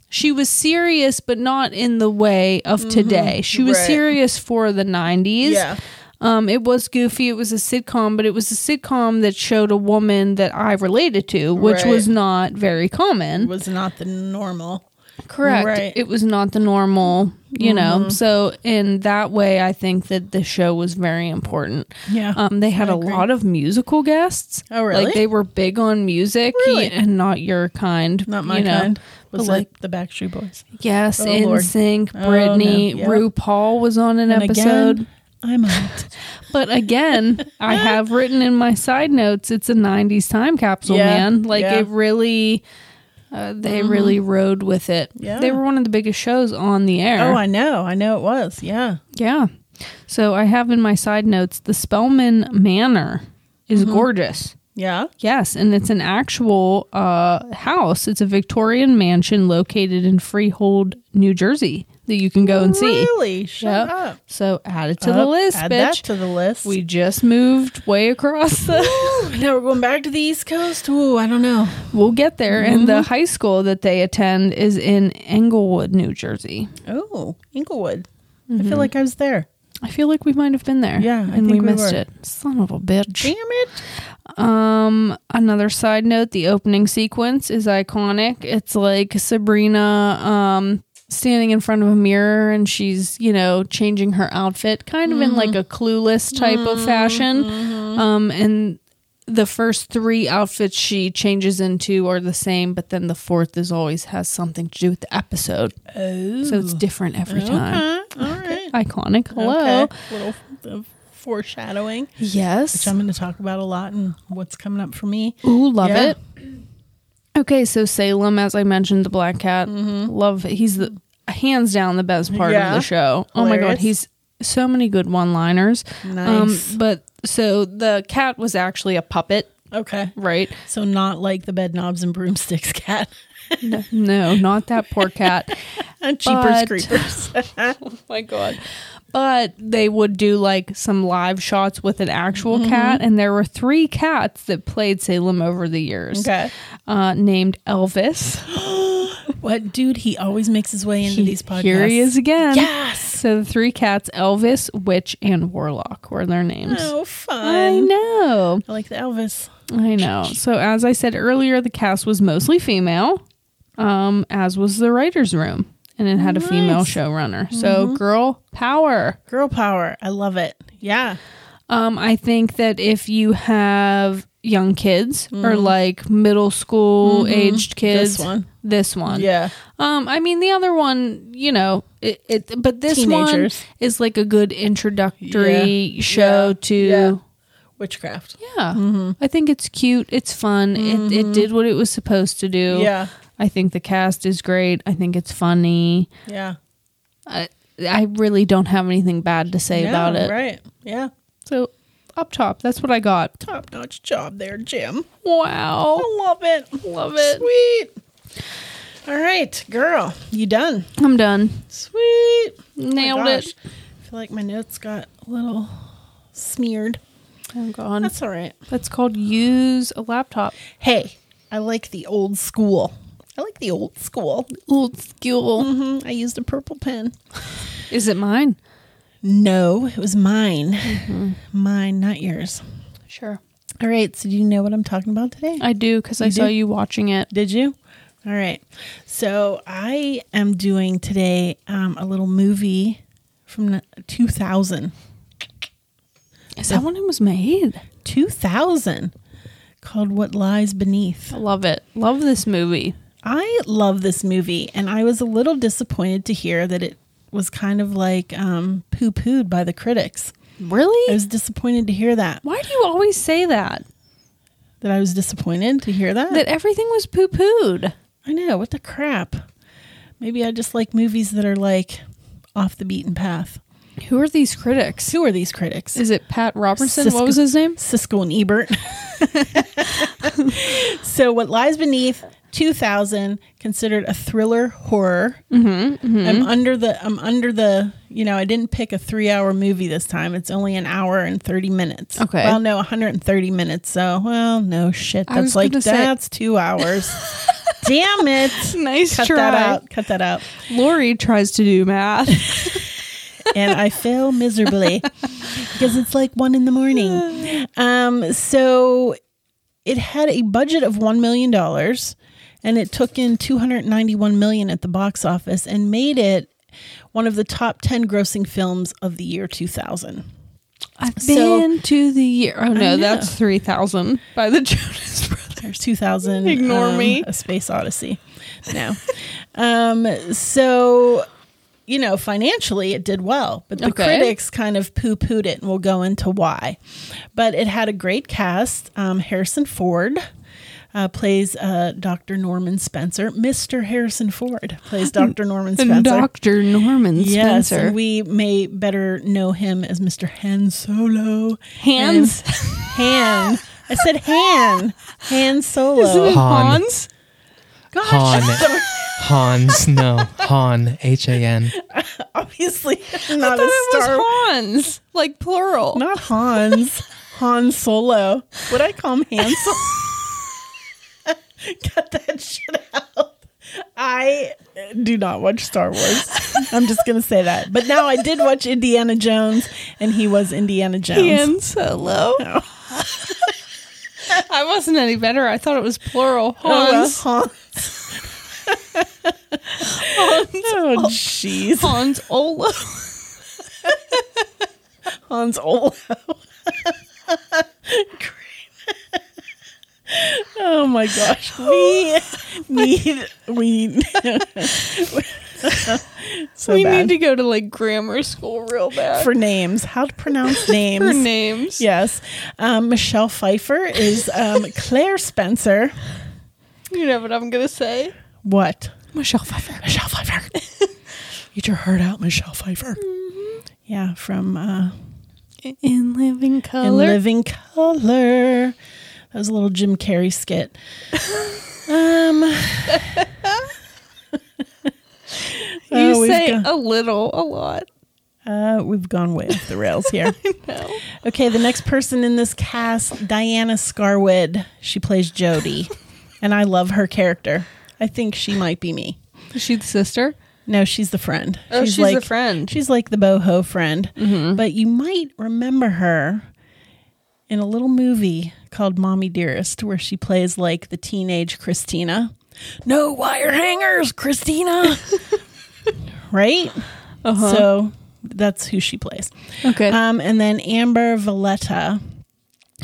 Speaker 2: she was serious but not in the way of today she was
Speaker 3: Mm-hmm. Right.
Speaker 2: serious for the 90s
Speaker 3: Yeah.
Speaker 2: um, it was goofy. It was a sitcom, but it was a sitcom that showed a woman that I related to, which
Speaker 3: Right.
Speaker 2: was not very common.
Speaker 3: Was not the normal.
Speaker 2: Correct.
Speaker 3: Right. Mm-hmm.
Speaker 2: It was not the normal, you know. So in that way, I think that the show was very important.
Speaker 3: Yeah.
Speaker 2: Um, they had a lot of musical guests.
Speaker 3: Oh, really?
Speaker 2: Like they were big on music
Speaker 3: Really?
Speaker 2: y- and not your kind.
Speaker 3: not my
Speaker 2: you know.
Speaker 3: kind. Was
Speaker 2: but
Speaker 3: like the Backstreet Boys.
Speaker 2: Yes,
Speaker 3: Oh,
Speaker 2: In
Speaker 3: Lord.
Speaker 2: Sync,
Speaker 3: no.
Speaker 2: Britney,
Speaker 3: Yeah.
Speaker 2: RuPaul was on an
Speaker 3: And
Speaker 2: episode.
Speaker 3: again, I'm out.
Speaker 2: But again, I have written in my side notes, it's a 90s time capsule,
Speaker 3: Yeah,
Speaker 2: man. Like
Speaker 3: yeah. Mm-hmm.
Speaker 2: it really, uh, they really rode with it.
Speaker 3: Yeah.
Speaker 2: They were one of the biggest shows on the air.
Speaker 3: Oh, I know. I know it was. Yeah.
Speaker 2: yeah. So I have in my side notes, the Spellman Manor is
Speaker 3: Mm-hmm.
Speaker 2: gorgeous.
Speaker 3: Yeah.
Speaker 2: Yes, and it's an actual uh, house. It's a Victorian mansion located in Freehold, New Jersey, that you can go and see.
Speaker 3: Really? Shut
Speaker 2: Yep.
Speaker 3: up.
Speaker 2: So add it to the
Speaker 3: Up,
Speaker 2: list,
Speaker 3: Add that
Speaker 2: bitch.
Speaker 3: to the list.
Speaker 2: We just moved way across the
Speaker 3: now we're going back to the East Coast. Ooh, I don't know.
Speaker 2: We'll get there. And
Speaker 3: Mm-hmm.
Speaker 2: the high school that they attend is in Englewood, New Jersey.
Speaker 3: Oh, Inglewood. I feel like I was there.
Speaker 2: I feel like we might have been there.
Speaker 3: Yeah, I
Speaker 2: and
Speaker 3: think
Speaker 2: we,
Speaker 3: we
Speaker 2: missed
Speaker 3: were.
Speaker 2: it. Son of a bitch.
Speaker 3: Damn it.
Speaker 2: Um, another side note: the opening sequence is iconic. It's like Sabrina, um, standing in front of a mirror, and she's you know changing her outfit, kind of in like a clueless type of fashion. Um, and the first three outfits she changes into are the same, but then the fourth is always has something to do with the episode.
Speaker 3: Oh.
Speaker 2: So it's different every time.
Speaker 3: All right.
Speaker 2: Iconic. Hello.
Speaker 3: Okay. little uh, foreshadowing, which
Speaker 2: Yes.
Speaker 3: I'm going to talk about a lot and what's coming up for me.
Speaker 2: Ooh, love
Speaker 3: Yeah.
Speaker 2: it. Okay, so Salem, as I mentioned, the black cat. Love he's the hands down the best part of
Speaker 3: Mm-hmm. Yeah.
Speaker 2: the show. Oh my god,
Speaker 3: Hilarious.
Speaker 2: he's so many good one liners.
Speaker 3: Nice.
Speaker 2: but so the cat was actually a puppet,
Speaker 3: Okay.
Speaker 2: right?
Speaker 3: So not like the bed knobs and broomsticks cat.
Speaker 2: no, not that poor cat.
Speaker 3: Cheapers
Speaker 2: But-
Speaker 3: creepers.
Speaker 2: oh my god. but they would do like some live shots with an actual
Speaker 3: Mm-hmm.
Speaker 2: cat, and there were three cats that played Salem over the years.
Speaker 3: Okay.
Speaker 2: uh, named Elvis.
Speaker 3: What dude? He always makes his way into
Speaker 2: He-
Speaker 3: these podcasts.
Speaker 2: Here he is again.
Speaker 3: Yes.
Speaker 2: So the three cats, Elvis, Witch, and Warlock, were their names.
Speaker 3: Oh, fun.
Speaker 2: I know.
Speaker 3: I like the Elvis.
Speaker 2: I know. So as I said earlier, the cast was mostly female, um, as was the writers' room, and it had a female showrunner. So
Speaker 3: Mm-hmm.
Speaker 2: girl power.
Speaker 3: Girl power. I love it. Yeah.
Speaker 2: Um, I think that if you have young kids or like middle school aged kids,
Speaker 3: Mm-hmm. This one.
Speaker 2: this one,
Speaker 3: Yeah.
Speaker 2: Um, I mean the other one, you know, it, it but this
Speaker 3: Teenagers.
Speaker 2: one is like a good introductory show
Speaker 3: Yeah.
Speaker 2: to.
Speaker 3: Yeah. Mm-hmm. Witchcraft.
Speaker 2: Yeah. I think it's cute. It's fun. It, it did what it was supposed to do.
Speaker 3: Mm-hmm. Yeah.
Speaker 2: I think the cast is great. I think it's funny.
Speaker 3: Yeah.
Speaker 2: I, I really don't have anything bad to say
Speaker 3: No,
Speaker 2: about it.
Speaker 3: Right. Yeah.
Speaker 2: So, up top, that's what I got.
Speaker 3: Top notch job there, Jim.
Speaker 2: Wow.
Speaker 3: I Oh, love it.
Speaker 2: Love it.
Speaker 3: Sweet. All right, girl. You done.
Speaker 2: I'm done.
Speaker 3: Sweet.
Speaker 2: Nailed it.
Speaker 3: I feel like my notes got a little smeared.
Speaker 2: I'm gone. That's,
Speaker 3: That's all right.
Speaker 2: called use a laptop.
Speaker 3: Hey, I like the old school. I like the old school.
Speaker 2: Old school.
Speaker 3: hmm I used a purple pen. Mm.
Speaker 2: Is it mine?
Speaker 3: No, it was mine. Mine, not yours.
Speaker 2: Sure.
Speaker 3: All right. So, do you know what I'm talking about today?
Speaker 2: I do because I
Speaker 3: You
Speaker 2: saw
Speaker 3: do?
Speaker 2: you watching it.
Speaker 3: Did you? All right. So I am doing today um, a little movie from the- 2000.
Speaker 2: Is that when it was made?
Speaker 3: 2000 called What Lies Beneath.
Speaker 2: I love it. Love this movie.
Speaker 3: I love this movie, and I was a little disappointed to hear that it was kind of like um, poo pooed by the critics. I
Speaker 2: Really?
Speaker 3: was disappointed to hear that.
Speaker 2: Why do you always say that?
Speaker 3: That I was disappointed to hear that.
Speaker 2: That everything was poo pooed.
Speaker 3: I know. What the crap? Maybe I just like movies that are like off the beaten path.
Speaker 2: Who are these critics?
Speaker 3: Who are these critics?
Speaker 2: Is it Pat Robertson?
Speaker 3: Siskel-
Speaker 2: What was his name?
Speaker 3: Siskel and Ebert. so, What Lies Beneath, 2000, considered a thriller horror.
Speaker 2: Mm-hmm,
Speaker 3: I'm under the, I'm under the, you know, I didn't pick a three hour movie this time. It's only an hour and 30 minutes.
Speaker 2: Okay.
Speaker 3: Well, no, 130 minutes. So, well, no shit.
Speaker 2: I was
Speaker 3: That's like,
Speaker 2: gonna say-
Speaker 3: that's two hours. Damn it.
Speaker 2: Nice
Speaker 3: Cut that out. Cut that out.
Speaker 2: Lori tries to do math.
Speaker 3: and I fail miserably because it's like one in the morning. Um, so it had a budget of one million dollars, and it took in two hundred ninety-one million at the box office and made it one of the top ten grossing films of the year two thousand.
Speaker 2: I've
Speaker 3: So-
Speaker 2: been to the year. Oh
Speaker 3: know.
Speaker 2: no, that's three thousand by the Jonas Brothers.
Speaker 3: There's 2000.
Speaker 2: Ignore
Speaker 3: um,
Speaker 2: me.
Speaker 3: A Space Odyssey. No. um, so, you know, financially it did well, but the
Speaker 2: Okay.
Speaker 3: critics kind of poo pooed it, and we'll go into why. But it had a great cast. Um, Harrison Ford. Uh, plays uh, Dr. Norman Spencer. Mr. Harrison Ford plays Dr. Norman Spencer.
Speaker 2: And Doctor Norman
Speaker 3: Yes,
Speaker 2: Spencer.
Speaker 3: and we may better know him as Mr. Han Solo.
Speaker 2: Hans.
Speaker 3: Han. I said Han. Han Solo.
Speaker 2: Isn't it
Speaker 4: Han.
Speaker 2: Hans?
Speaker 3: Gosh,
Speaker 4: Han. Hans. No. Han. H A N.
Speaker 3: obviously
Speaker 2: I
Speaker 3: not
Speaker 2: thought
Speaker 3: a
Speaker 2: it was
Speaker 3: Star.
Speaker 2: Hans, like plural.
Speaker 3: not Hans. Han Solo. Would I call him Han Solo? Cut that shit out. I do not watch Star Wars. I'm just gonna say that. But now I did watch Indiana Jones, and he was Indiana Jones.
Speaker 2: Han Solo. I wasn't any better. I thought it was plural.
Speaker 3: Oh, well,
Speaker 2: Hans.
Speaker 3: Hans. Oh jeez,
Speaker 2: Hans Olo.
Speaker 3: Hans Olo. oh my gosh, we need we so
Speaker 2: we need
Speaker 3: bad
Speaker 2: to go to like grammar school real bad
Speaker 3: for names. How to pronounce names?
Speaker 2: for names.
Speaker 3: Yes, um, Michelle Pfeiffer is um, Claire Spencer.
Speaker 2: You know what I'm gonna say?
Speaker 3: What?
Speaker 2: Michelle Pfeiffer.
Speaker 3: Michelle Pfeiffer. Get your heart out, Michelle Pfeiffer. Mm-hmm. Yeah, from uh,
Speaker 2: In living color.
Speaker 3: In Living Color. That was a little Jim Carrey skit. um,
Speaker 2: you
Speaker 3: oh, we've
Speaker 2: say
Speaker 3: got-
Speaker 2: Oh, a little, a lot.
Speaker 3: I Oh, Uh, we've gone way off the rails here. Okay, the next person in this cast, Diana Scarwood. She plays Jody, and I love her character. I think she might be me.
Speaker 2: Is she the sister?
Speaker 3: No, she's the friend.
Speaker 2: Oh, she's the friend.
Speaker 3: She's like the boho friend. But you might remember her in a little movie called Mommy Dearest, where she plays like the teenage Christina. No wire hangers, Christina. right? So that's who she plays.
Speaker 2: Okay.
Speaker 3: Um, and then Amber Valletta,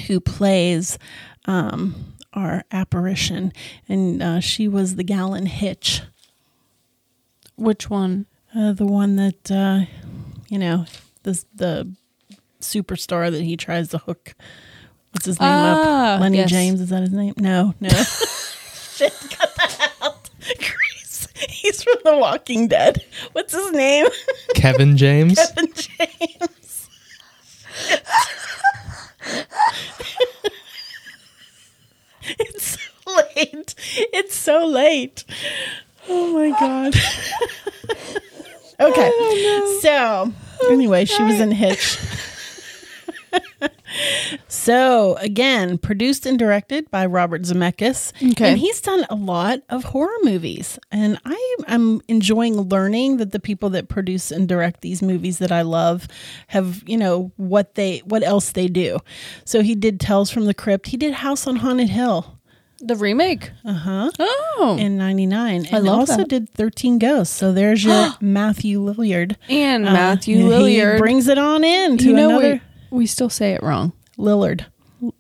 Speaker 3: who plays um, our apparition, and uh, she was the gal in Hitch,
Speaker 2: Which one?
Speaker 3: uh, the one that uh, you know the the superstar that he tries to hook. What's his name?
Speaker 2: Ah,
Speaker 3: up? Lenny
Speaker 2: yes.
Speaker 3: James is that his name? No, no. Shit, cut that out. Chris, he's from The Walking Dead. What's his name?
Speaker 4: Kevin James.
Speaker 3: Kevin James. it's so late. It's so late. Oh my god. okay. So anyway, she was in Hitch. so again, produced and directed by Robert Zemeckis.
Speaker 2: Okay.
Speaker 3: And he's done a lot of horror movies. And I am enjoying learning that the people that produce and direct these movies that I love have, you know, what they what else they do. So he did Tales from the Crypt. He did House on Haunted Hill
Speaker 2: The remake. Uh huh. Oh.
Speaker 3: in 99 and
Speaker 2: love
Speaker 3: also
Speaker 2: that.
Speaker 3: did 13 Ghosts. So there's your Matthew Lilliard.
Speaker 2: And
Speaker 3: Uh,
Speaker 2: Matthew
Speaker 3: he
Speaker 2: Lilliard.
Speaker 3: brings it on in to
Speaker 2: you know,
Speaker 3: another
Speaker 2: we, we still say it wrong.
Speaker 3: Lillard.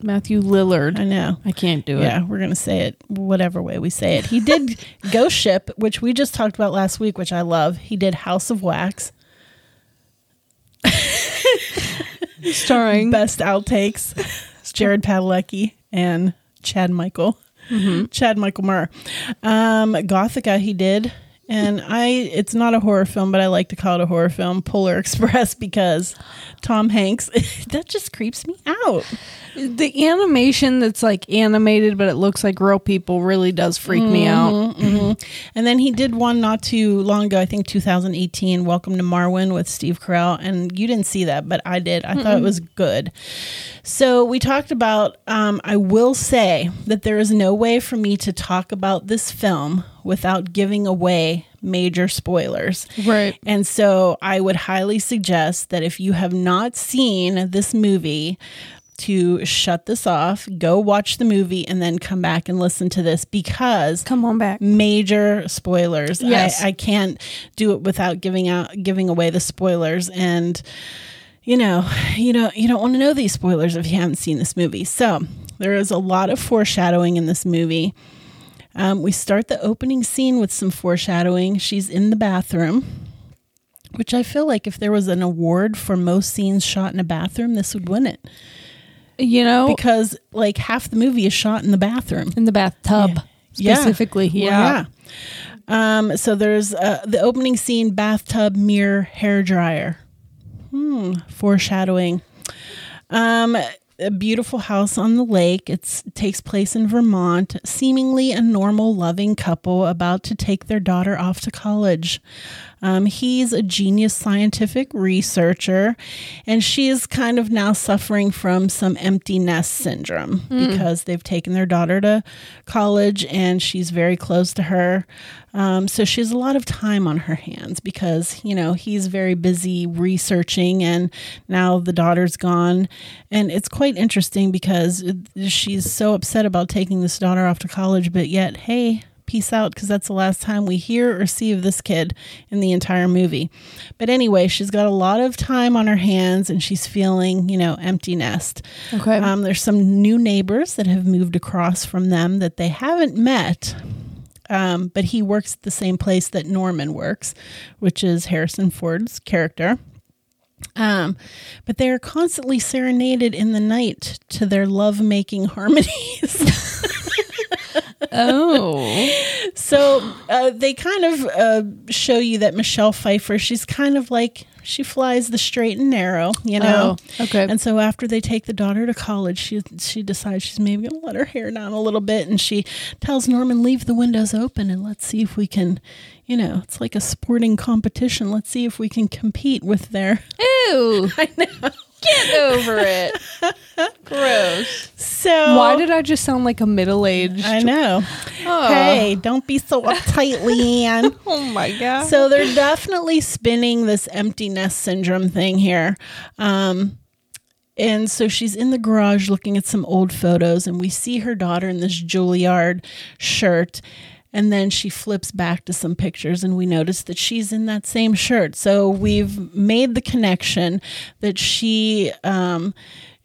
Speaker 2: Matthew Lillard.
Speaker 3: I know.
Speaker 2: I can't do
Speaker 3: Yeah,
Speaker 2: it.
Speaker 3: we're gonna say it whatever way we say it. He did Ghost Ship, which we just talked about last week, which I love. He did House of Wax,
Speaker 2: Starring.
Speaker 3: best outtakes. It's Jared Padalecki and Chad Michael, Chad Michael Murr. Um, Gothica he did, and I. It's not a horror film, but I like to call it a horror film, Polar Express, because Tom Hanks. that just creeps me out.
Speaker 2: the animation that's like animated, but it looks like real people really does freak me out.
Speaker 3: And then he did one not too long ago, I think 2018, Welcome to Marwin with Steve Carell. And you didn't see that, but I did. I thought it was good. So we talked about, um, I will say that there is no way for me to talk about this film without giving away major spoilers.
Speaker 2: Right.
Speaker 3: And so I would highly suggest that if you have not seen this movie, to shut this off, go watch the movie and then come back and listen to this because
Speaker 2: Come on back.
Speaker 3: major spoilers.
Speaker 2: Yes.
Speaker 3: I, I can't do it without giving out giving away the spoilers and you know, you know, you don't want to know these spoilers if you haven't seen this movie. So there is a lot of foreshadowing in this movie. Um, we start the opening scene with some foreshadowing. She's in the bathroom, which I feel like if there was an award for most scenes shot in a bathroom, this would win it
Speaker 2: You know,
Speaker 3: because like half the movie is shot in the bathroom.
Speaker 2: in the bathtub
Speaker 3: Yeah.
Speaker 2: specifically. Yeah.
Speaker 3: Well, yeah. Um, so there's uh, the opening scene bathtub, mirror, hair dryer. Hmm, foreshadowing. Um, a beautiful house on the lake. It takes place in Vermont. Seemingly a normal, loving couple about to take their daughter off to college. Um, he's a genius scientific researcher, and she is kind of now suffering from some empty nest syndrome because they've taken their daughter to college and she's very close to her. Um, so she has a lot of time on her hands because, you know, he's very busy researching and now the daughter's gone. And it's quite interesting because it- she's so upset about taking this daughter off to college, but yet, hey, peace out because that's the last time we hear or see of this kid in the entire movie. But anyway, she's got a lot of time on her hands and she's feeling, you know, empty nest.
Speaker 2: Okay.
Speaker 3: Um, there's some new neighbors that have moved across from them that they haven't met. Um, but he works at the same place that Norman works, which is Harrison Ford's character. Um, but they are constantly serenaded in the night to their love making harmonies.
Speaker 2: Oh.
Speaker 3: So uh, they kind of uh, show you that Michelle Pfeiffer, she's kind of like she flies the straight and narrow, you know.
Speaker 2: Oh, okay.
Speaker 3: And so after they take the daughter to college, she she decides she's maybe going to let her hair down a little bit, and she tells Norman, "Leave the windows open, and let's see if we can." You know, it's like a sporting competition. Let's see if we can compete with their
Speaker 2: Ew. I know. Get over it. Gross.
Speaker 3: so.
Speaker 2: Why did Oh. I just sound like a middle aged?
Speaker 3: I know? Hey, don't be so uptight, Leanne.
Speaker 2: Oh my god.
Speaker 3: So they're definitely spinning this empty nest syndrome thing here. Um, and so she's in the garage looking at some old photos, and we see her daughter in this Juilliard shirt. And then she flips back to some pictures, and we notice that she's in that same shirt. So we've made the connection that she, um,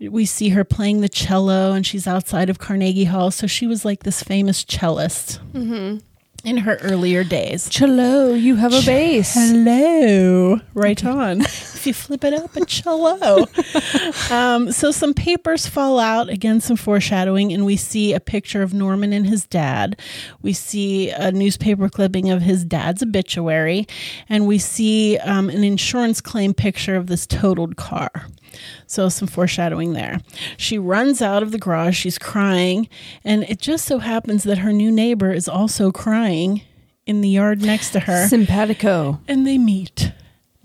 Speaker 3: we see her playing the cello, and she's outside of Carnegie Hall. So she was like this famous cellist in her earlier days.
Speaker 2: Chalo, you have a base.
Speaker 3: Hello. Right on. if you flip it up, it's hello. um, so some papers fall out. Again, some foreshadowing, and we see a picture of Norman and his dad. We see a newspaper clipping of his dad's obituary, and we see um, an insurance claim picture of this totaled car. So, some foreshadowing there. She runs out of the garage. She's crying. And it just so happens that her new neighbor is also crying in the yard next to her
Speaker 2: Simpatico.
Speaker 3: and they meet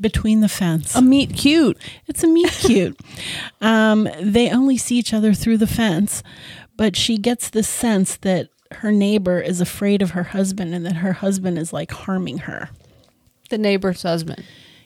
Speaker 3: between the fence.
Speaker 2: A meat cute.
Speaker 3: it's a meet cute. um, they only see each other through the fence, but she gets the sense that her neighbor is afraid of her husband and that her husband is like harming her.
Speaker 2: The neighbor's husband.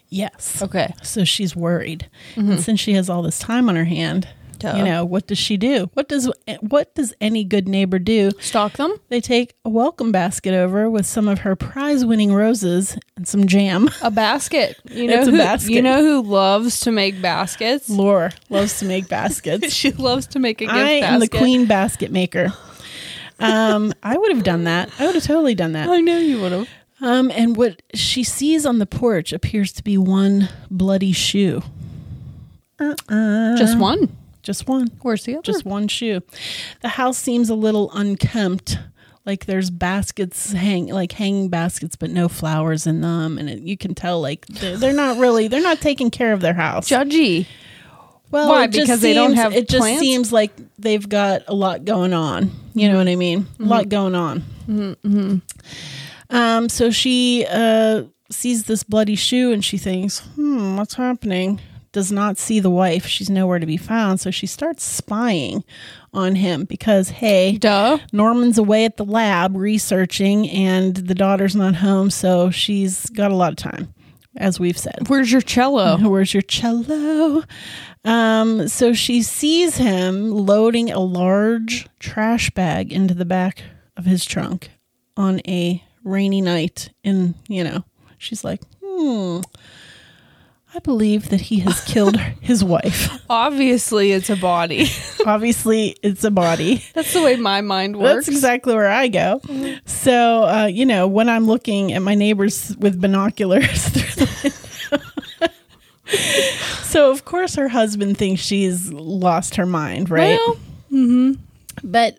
Speaker 3: Yes. Mm-hmm.
Speaker 2: Okay.
Speaker 3: So she's worried, and since she has all this time on her hand, you
Speaker 2: Duh.
Speaker 3: know what does she do? What does what does any good neighbor do?
Speaker 2: Stalk them?
Speaker 3: They take a welcome basket over with some of her prize-winning roses and some jam.
Speaker 2: A basket. You know
Speaker 3: It's a
Speaker 2: who,
Speaker 3: basket.
Speaker 2: You know who loves to make baskets?
Speaker 3: Laura loves to make baskets.
Speaker 2: she loves to make a gift
Speaker 3: I
Speaker 2: basket.
Speaker 3: am the queen basket maker. Um, I would have done that. I would have totally done that.
Speaker 2: I know you would have.
Speaker 3: Um, and what she sees on the porch appears to be one bloody shoe. Uh-uh.
Speaker 2: Just one.
Speaker 3: Just one.
Speaker 2: Where's the other?
Speaker 3: Just one shoe. The house seems a little unkempt. Like there's baskets hang like hanging baskets, but no flowers in them, and it, you can tell like they're, they're not really they're not taking care of their house.
Speaker 2: judgy.
Speaker 3: Well,
Speaker 2: Why?
Speaker 3: it just
Speaker 2: Because they don't
Speaker 3: seems-
Speaker 2: have
Speaker 3: It just
Speaker 2: plants?
Speaker 3: seems like they've got a lot going on. You know what I mean? A
Speaker 2: Mm-hmm.
Speaker 3: lot going on. Um, so she uh, sees this bloody shoe and she thinks, "Hmm, what's happening?" Does not see the wife. She's nowhere to be found. So she starts spying on him because, hey,
Speaker 2: Duh.
Speaker 3: Norman's away at the lab researching, and the daughter's not home. So she's got a lot of time, as we've said.
Speaker 2: Where's your cello?
Speaker 3: Where's your cello? Um, so she sees him loading a large trash bag into the back of his trunk on a rainy night. And, you know, she's like, hmm, I believe that he has killed his wife.
Speaker 2: Obviously, it's a body.
Speaker 3: Obviously, it's a body.
Speaker 2: That's the way my mind works.
Speaker 3: That's exactly where I go. So, uh, you know, when I'm looking at my neighbors with binoculars through the window. so, of course, her husband thinks she's lost her mind, right?
Speaker 2: Well,
Speaker 3: but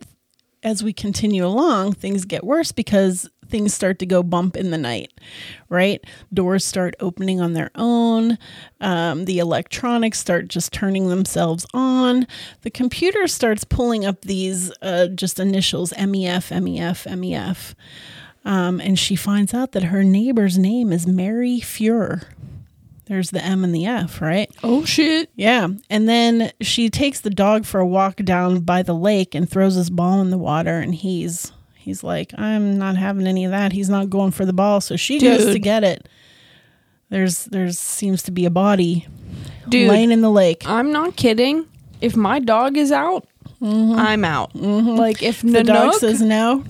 Speaker 3: as we continue along, things get worse because things start to go bump in the night, right? Doors start opening on their own. Um, the electronics start just turning themselves on. The computer starts pulling up these uh, just initials E MEF, MEF, MEF. E Um, and she finds out that her neighbor's name is Mary Fuhrer. There's the M and the F, right?
Speaker 2: oh shit.
Speaker 3: Yeah. And then she takes the dog for a walk down by the lake and throws his ball in the water and he's he's like, I'm not having any of that. He's not going for the ball. So she goes to
Speaker 2: Dude.
Speaker 3: get it. There's there's seems to be a body
Speaker 2: Dude,
Speaker 3: laying in the lake.
Speaker 2: I'm not kidding. If my dog is out, I'm out. Like if
Speaker 3: Mm-hmm. The dog
Speaker 2: Nanook-
Speaker 3: says no.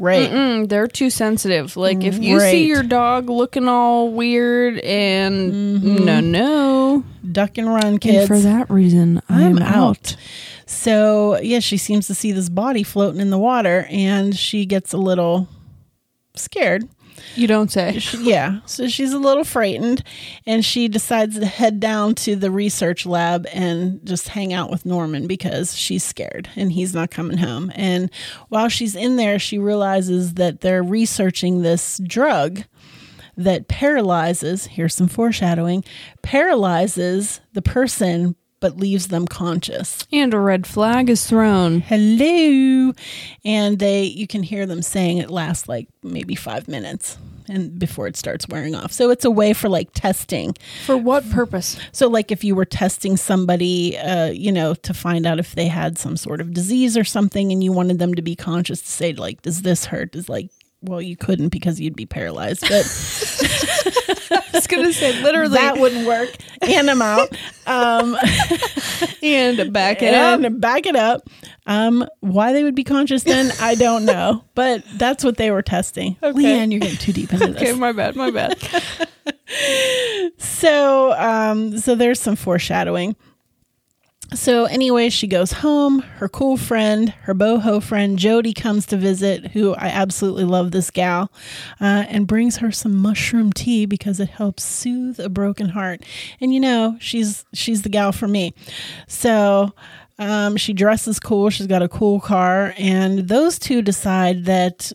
Speaker 3: Right.
Speaker 2: Mm, they're too sensitive. Like if you
Speaker 3: Right.
Speaker 2: see your dog looking all weird and no, no.
Speaker 3: Duck and run, kids.
Speaker 2: that reason,
Speaker 3: I'm out. So, yeah, she seems to see this body floating in the water and she gets a little scared.
Speaker 2: You don't say.
Speaker 3: She- yeah. So she's a little frightened and she decides to head down to the research lab and just hang out with Norman because she's scared and he's not coming home. And while she's in there, she realizes that they're researching this drug that paralyzes, here's some foreshadowing, paralyzes the person but leaves them conscious.
Speaker 2: And a red flag is thrown.
Speaker 3: Hello. And they you can hear them saying it lasts like maybe 5 minutes and before it starts wearing off. So it's a way for like testing.
Speaker 2: For what purpose?
Speaker 3: So like if you were testing somebody uh you know to find out if they had some sort of disease or something and you wanted them to be conscious to say like does this hurt? Is like well you couldn't because you'd be paralyzed. But
Speaker 2: I was going to say literally.
Speaker 3: that wouldn't work. And I'm out. Um,
Speaker 2: and back it
Speaker 3: and
Speaker 2: up.
Speaker 3: back it up. Um, why they would be conscious then, I don't know. But that's what they were testing.
Speaker 2: Okay.
Speaker 3: Leanne, you're getting too deep into
Speaker 2: Okay,
Speaker 3: this.
Speaker 2: my bad, my bad.
Speaker 3: So, um, so there's some foreshadowing. So anyway, she goes home. Her cool friend, her boho friend Jody comes to visit, who I absolutely love this gal, uh, and brings her some mushroom tea because it helps soothe a broken heart. And you know, she's she's the gal for me. So um, she dresses cool. She's got a cool car, and those two decide that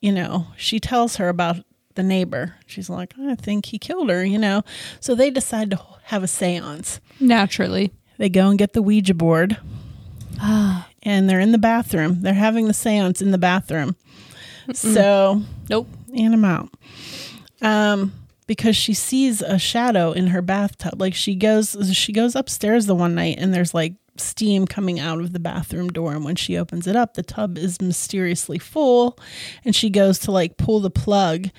Speaker 3: you know she tells her about the neighbor. She's like, I think he killed her. You know, so they decide to have a séance.
Speaker 2: Naturally.
Speaker 3: They go and get the Ouija board. And they're in the bathroom. They're having the seance in the bathroom. So,
Speaker 2: Nope.
Speaker 3: and I'm out. Um, because she sees a shadow in her bathtub. Like she goes, she goes upstairs the one night, and there's like steam coming out of the bathroom door. And when she opens it up, the tub is mysteriously full. And she goes to like pull the plug,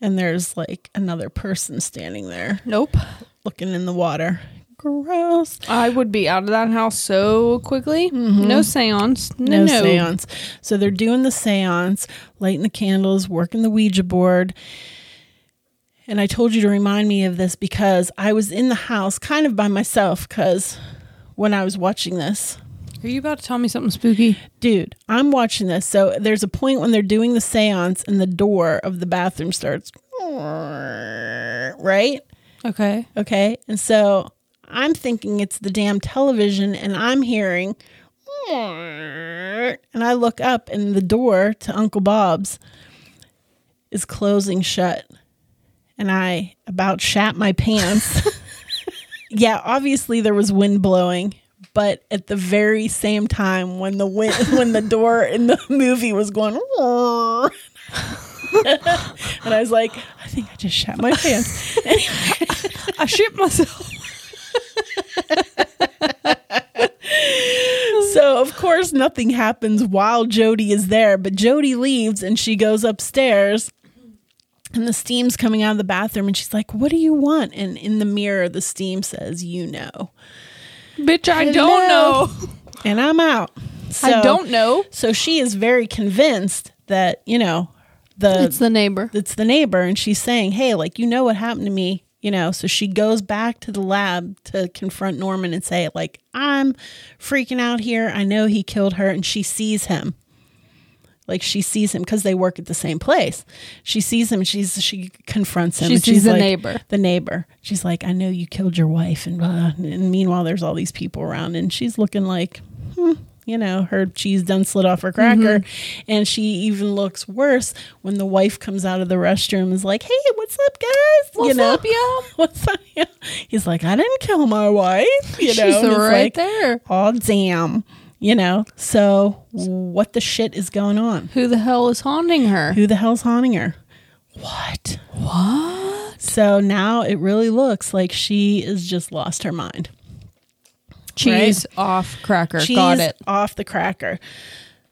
Speaker 3: and there's like another person standing there
Speaker 2: Nope.
Speaker 3: looking in the water. Gross.
Speaker 2: I would be out of that house so quickly. No seance. Mm-hmm. No,
Speaker 3: no,
Speaker 2: no.
Speaker 3: seance. So they're doing the seance, lighting the candles, working the Ouija board. And I told you to remind me of this because I was in the house kind of by myself because when I was watching this,
Speaker 2: Are you about to tell me something spooky?
Speaker 3: dude, I'm watching this. So there's a point when they're doing the seance and the door of the bathroom starts, right?
Speaker 2: Okay.
Speaker 3: Okay. And so I'm thinking it's the damn television, and I'm hearing, and I look up, and the door to Uncle Bob's is closing shut. And I about shat my pants. yeah, obviously there was wind blowing. But at the very same time, when the wind, when the door in the movie was going, and I was like, I think I just shat my pants.
Speaker 2: I shit myself.
Speaker 3: So of course nothing happens while Jody is there, but Jody leaves and she goes upstairs and the steam's coming out of the bathroom and she's like, "What do you want?" And in the mirror the steam says, "You know."
Speaker 2: Bitch, I
Speaker 3: Hello.
Speaker 2: don't know.
Speaker 3: And I'm out.
Speaker 2: I
Speaker 3: So-
Speaker 2: don't know.
Speaker 3: So she is very convinced that, you know, the
Speaker 2: It's the neighbor.
Speaker 3: it's the neighbor and she's saying, "Hey, like you know what happened to me." You know, so she goes back to the lab to confront Norman and say like, "I'm freaking out here. I know he killed her." And she sees him. Like she sees him cuz they work at the same place. She sees him, she's she confronts him
Speaker 2: She
Speaker 3: and
Speaker 2: sees
Speaker 3: she's
Speaker 2: the
Speaker 3: like,
Speaker 2: neighbor.
Speaker 3: The neighbor. She's like, "I know you killed your wife." And blah. and meanwhile there's all these people around and she's looking like, hmm, you know, her cheese done slid off her cracker.
Speaker 2: Mm-hmm.
Speaker 3: And she even looks worse when the wife comes out of the restroom and is like, hey, what's up, guys?
Speaker 2: What's up, yo?
Speaker 3: What's up? Yeah. He's like, I didn't kill my wife. You
Speaker 2: She's
Speaker 3: know, and it's
Speaker 2: right
Speaker 3: like,
Speaker 2: there.
Speaker 3: Oh, damn. You know, so what the shit is going on?
Speaker 2: Who the hell is haunting her?
Speaker 3: Who the hell's haunting her? What? What? So now it really looks like she has just lost her mind.
Speaker 2: Cheese off cracker.
Speaker 3: cheese
Speaker 2: Got it.
Speaker 3: off the cracker.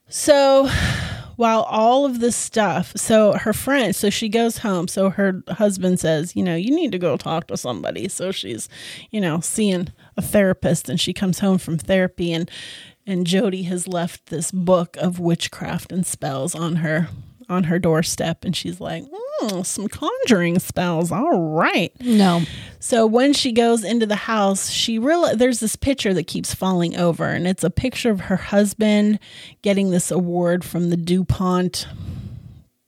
Speaker 3: So while all of this stuff, so her friend, so she goes home. So her husband says, you know, you need to go talk to somebody. So she's, you know, seeing a therapist and she comes home from therapy and and Jody has left this book of witchcraft and spells on her on her doorstep and she's like, mm, some conjuring spells. All right.
Speaker 2: No.
Speaker 3: So when she goes into the house, she real there's this picture that keeps falling over, and it's a picture of her husband getting this award from the DuPont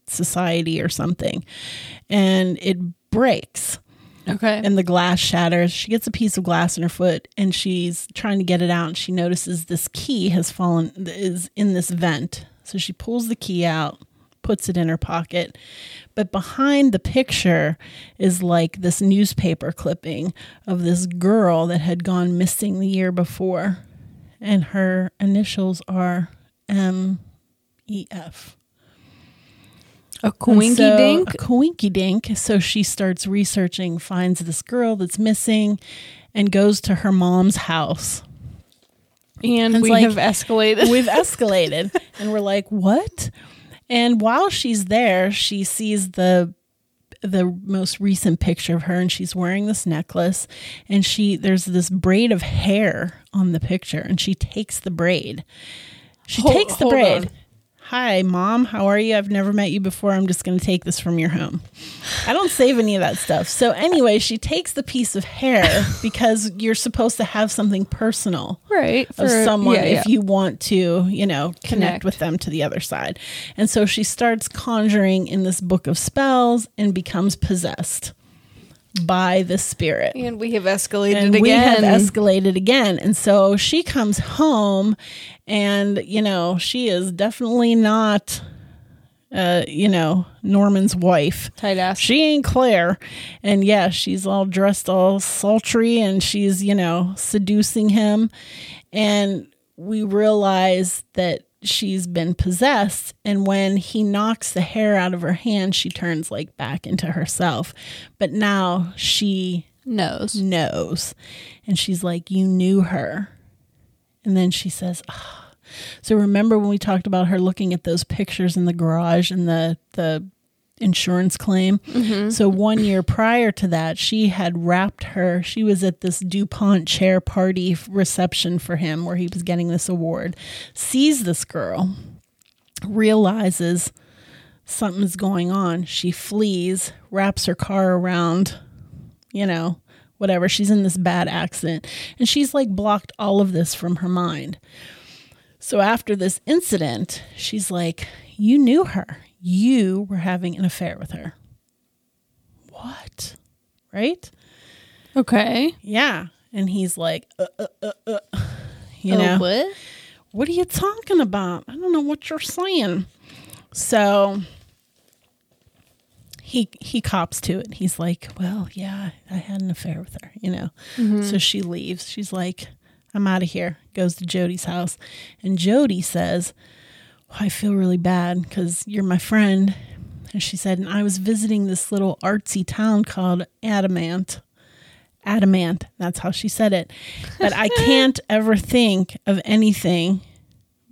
Speaker 3: society or something. And it breaks
Speaker 2: Okay.
Speaker 3: and the glass shatters. She gets a piece of glass in her foot and she's trying to get it out and she notices this key has fallen is in this vent. So she pulls the key out, puts it in her pocket. But behind the picture is like this newspaper clipping of this girl that had gone missing the year before and her initials are M E F.
Speaker 2: A
Speaker 3: And
Speaker 2: coinky
Speaker 3: so-
Speaker 2: dink.
Speaker 3: A coinky dink. So she starts researching, finds this girl that's missing, and goes to her mom's house.
Speaker 2: And
Speaker 3: It's
Speaker 2: we
Speaker 3: like-
Speaker 2: have escalated.
Speaker 3: We've escalated. and we're like, what? And while she's there, she sees the the most recent picture of her and she's wearing this necklace and she there's this braid of hair on the picture and she takes the braid. She
Speaker 2: Hol-
Speaker 3: takes the
Speaker 2: hold
Speaker 3: braid.
Speaker 2: on.
Speaker 3: Hi, mom. How are you? I've never met you before. I'm just going to take this from your home. I don't save any of that stuff. So, anyway, she takes the piece of hair because you're supposed to have something personal
Speaker 2: right.
Speaker 3: of
Speaker 2: for-
Speaker 3: someone
Speaker 2: yeah,
Speaker 3: if
Speaker 2: yeah.
Speaker 3: you want to, you know, connect,
Speaker 2: Connect.
Speaker 3: with them to the other side. And so she starts conjuring in this book of spells and becomes possessed by the spirit.
Speaker 2: And we have escalated
Speaker 3: And
Speaker 2: again.
Speaker 3: we have escalated again. And so she comes home and, you know, she is definitely not, uh, you know, Norman's wife
Speaker 2: Tight ass.
Speaker 3: she ain't Claire. And yeah, she's all dressed all sultry and she's, you know, seducing him. And we realize that she's been possessed. And when he knocks the hair out of her hand, she turns like back into herself. But now she
Speaker 2: knows.
Speaker 3: knows. And she's like, You knew her. And then she says, Ah. So remember when we talked about her looking at those pictures in the garage and the, the insurance claim? So one year prior to that, she had wrapped her. She was at this DuPont chair party f- reception for him where he was getting this award, sees this girl, realizes something's going on. She flees, wraps her car around, you know, whatever. She's in this bad accident. And she's like blocked all of this from her mind. So after this incident, she's like, You knew her. You were having an affair with her. What? Right?
Speaker 2: Okay.
Speaker 3: Yeah. And he's like, uh, uh, uh, uh. You know,
Speaker 2: Oh, what?
Speaker 3: what are you talking about? I don't know what you're saying. So he he cops to it. He's like, "Well, yeah, I had an affair with her, you know." So she leaves. She's like, "I'm out of here." Goes to Jody's house, and Jody says, well, "I feel really bad because you're my friend." And she said, "And I was visiting this little artsy town called Adamant." adamant. That's how she said it. But I can't ever think of anything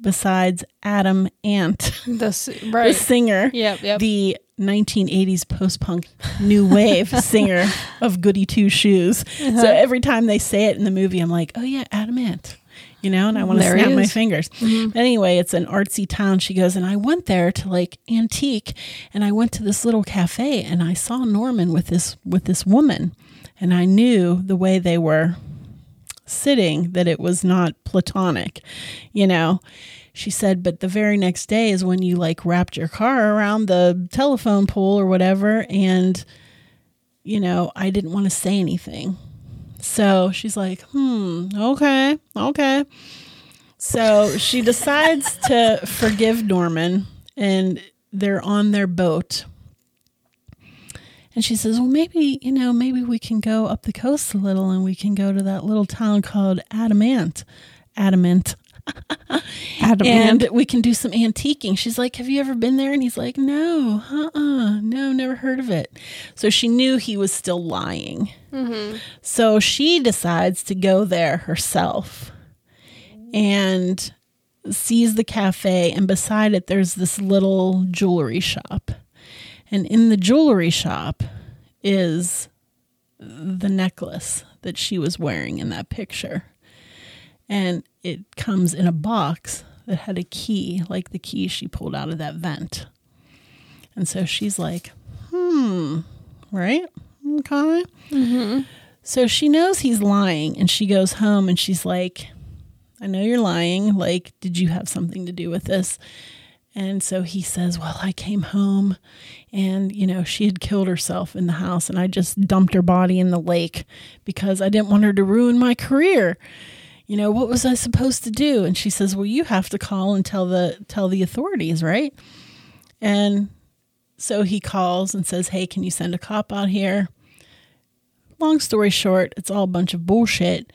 Speaker 3: besides Adam Ant,
Speaker 2: This,
Speaker 3: the
Speaker 2: right.
Speaker 3: singer,
Speaker 2: Yep, yep.
Speaker 3: the 1980s post punk new wave singer of Goody Two Shoes.
Speaker 2: Uh-huh.
Speaker 3: So every time they say it in the movie, I'm like, oh yeah, Adam Ant. You know, and I want to
Speaker 2: There he
Speaker 3: snap my
Speaker 2: is. Mm-hmm.
Speaker 3: fingers. Anyway, it's an artsy town. She goes, and I went there to like antique, and I went to this little cafe, and I saw Norman with this with this woman, and I knew the way they were sitting that it was not platonic, you know. She said, but the very next day is when you like wrapped your car around the telephone pole or whatever. And, you know, I didn't want to say anything. So she's like, hmm, okay, okay. So she decides to forgive Norman and they're on their boat. And she says, Well, maybe, you know, maybe we can go up the coast a little and we can go to that little town called Adamant. Adamant. And we can do some antiquing. She's like, Have you ever been there? And he's like, No, uh uh no, never heard of it. So she knew he was still lying. So she decides to go there herself and sees the cafe, and beside it, there's this little jewelry shop. And in the jewelry shop is the necklace that she was wearing in that picture. And it comes in a box that had a key, like the key she pulled out of that vent. And so she's like, hmm, right? Okay. So she knows he's lying and she goes home and she's like, I know you're lying. Like, did you have something to do with this? And so he says, Well, I came home and, you know, she had killed herself in the house and I just dumped her body in the lake because I didn't want her to ruin my career. You know, what was I supposed to do? And she says, Well, you have to call and tell the tell the authorities, right? And so he calls and says, Hey, can you send a cop out here? Long story short, it's all a bunch of bullshit.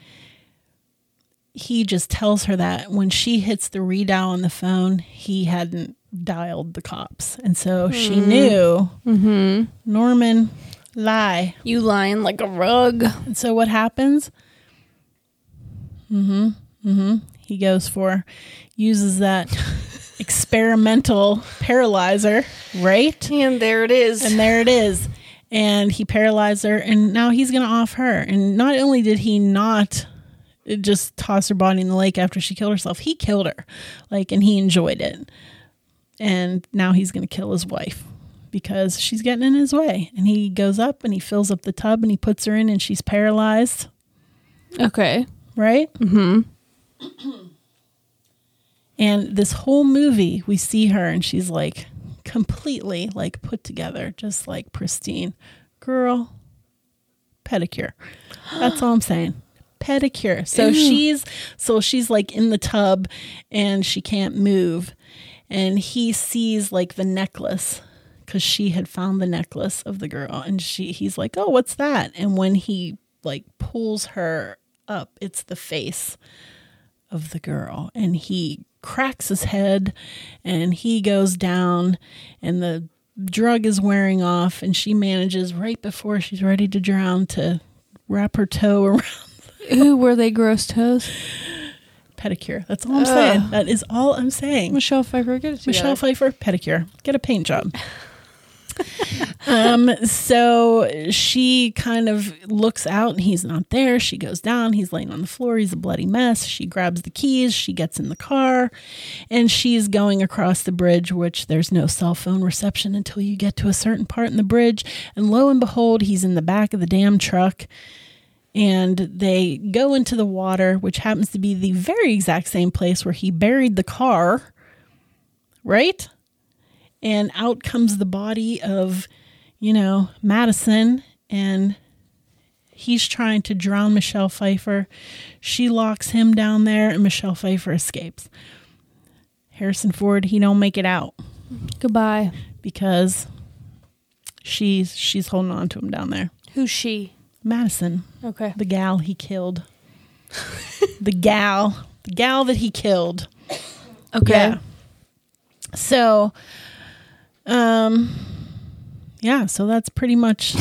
Speaker 3: He just tells her that when she hits the redial on the phone, he hadn't dialed the cops. And so she knew Norman lie.
Speaker 1: You lying like a rug.
Speaker 3: And so what happens? Mm-hmm. Mm-hmm. He goes for uses that experimental paralyzer, right?
Speaker 1: And there it is.
Speaker 3: And there it is. And he paralyzed her, and now he's going to off her. And not only did he not just toss her body in the lake after she killed herself, he killed her. Like, and he enjoyed it. And now he's going to kill his wife because she's getting in his way. And he goes up and he fills up the tub and he puts her in, and she's paralyzed,
Speaker 2: Okay.
Speaker 3: right? Mm-hmm. and this whole movie, we see her and she's like completely like put together, just like pristine. Girl, pedicure. That's all I'm saying. Pedicure. So she's so she's like in the tub and she can't move. And he sees like the necklace because she had found the necklace of the girl and she he's like, Oh, what's that? And when he like pulls her up, it's the face of the girl and he cracks his head and he goes down and the drug is wearing off and she manages right before she's ready to drown to wrap her toe around
Speaker 2: Ooh, were they gross toes?
Speaker 3: pedicure that's all i'm saying that is all i'm saying
Speaker 2: Michelle Pfeiffer, get it together.
Speaker 3: Michelle Pfeiffer, pedicure. Get a paint job. um, so she kind of looks out and he's not there. She goes down, he's laying on the floor, he's a bloody mess. She grabs the keys, she gets in the car, and she's going across the bridge, which there's no cell phone reception until you get to a certain part in the bridge. And lo and behold, he's in the back of the damn truck and they go into the water, which happens to be the very exact same place where he buried the car, right? And out comes the body of, you know, Madison, and he's trying to drown Michelle Pfeiffer. She locks him down there, and Michelle Pfeiffer escapes. Harrison Ford, he don't make it out
Speaker 2: Goodbye.
Speaker 3: because she's she's holding on to him down there.
Speaker 1: Who's she?
Speaker 3: Madison.
Speaker 1: Okay.
Speaker 3: The gal he killed. the gal. The gal that he killed.
Speaker 2: Okay.
Speaker 3: Yeah. So um yeah, so that's pretty much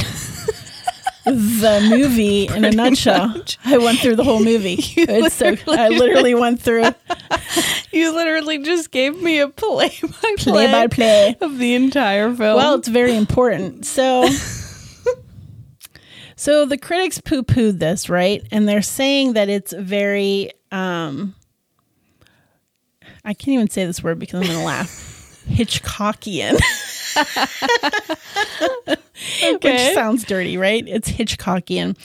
Speaker 3: the movie in a nutshell. I went through the whole movie. It's so I literally went through
Speaker 2: You literally just gave me a play by
Speaker 3: play by play.
Speaker 2: of the entire film.
Speaker 3: Well, it's very important. So So the critics poo-pooed this, right? And they're saying that it's very um I can't even say this word because I'm going to laugh. Hitchcockian. Which sounds dirty, right? It's Hitchcockian.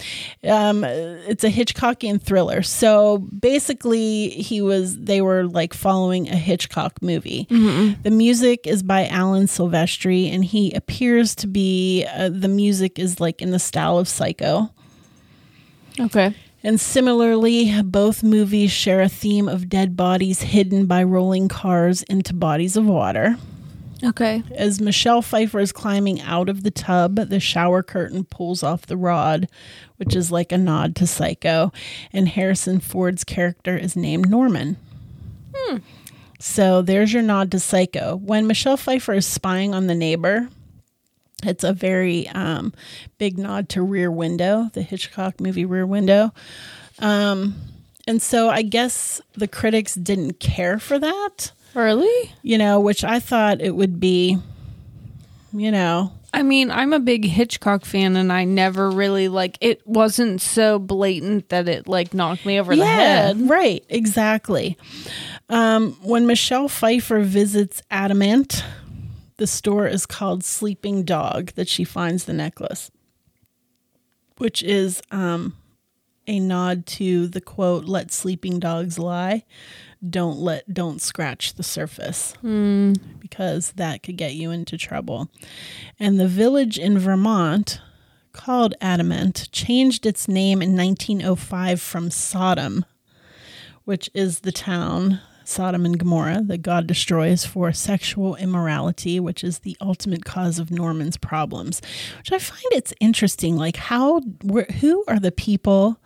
Speaker 3: Um, it's a Hitchcockian thriller. So basically, he was they were like following a Hitchcock movie. The music is by Alan Silvestri, and he appears to be uh, the music is like in the style of Psycho.
Speaker 2: okay.
Speaker 3: And similarly, both movies share a theme of dead bodies hidden by rolling cars into bodies of water.
Speaker 2: Okay.
Speaker 3: As Michelle Pfeiffer is climbing out of the tub, the shower curtain pulls off the rod, which is like a nod to Psycho. And Harrison Ford's character is named Norman. So there's your nod to Psycho. When Michelle Pfeiffer is spying on the neighbor, it's a very um, big nod to Rear Window, the Hitchcock movie Rear Window. Um, and so I guess the critics didn't care for that
Speaker 2: Really?
Speaker 3: you know, which I thought it would be, you know,
Speaker 2: I mean, I'm a big Hitchcock fan and I never really like it wasn't so blatant that it like knocked me over the head.
Speaker 3: right, exactly. Um, when Michelle Pfeiffer visits Adamant, the store is called Sleeping Dog that she finds the necklace, which is um, a nod to the quote, let sleeping dogs lie. Don't let, don't scratch the surface because that could get you into trouble. And the village in Vermont called Adamant changed its name in 1905 from Sodom, which is the town Sodom and Gomorrah that God destroys for sexual immorality, which is the ultimate cause of Norman's problems. Which I find it's interesting like how where, who are the people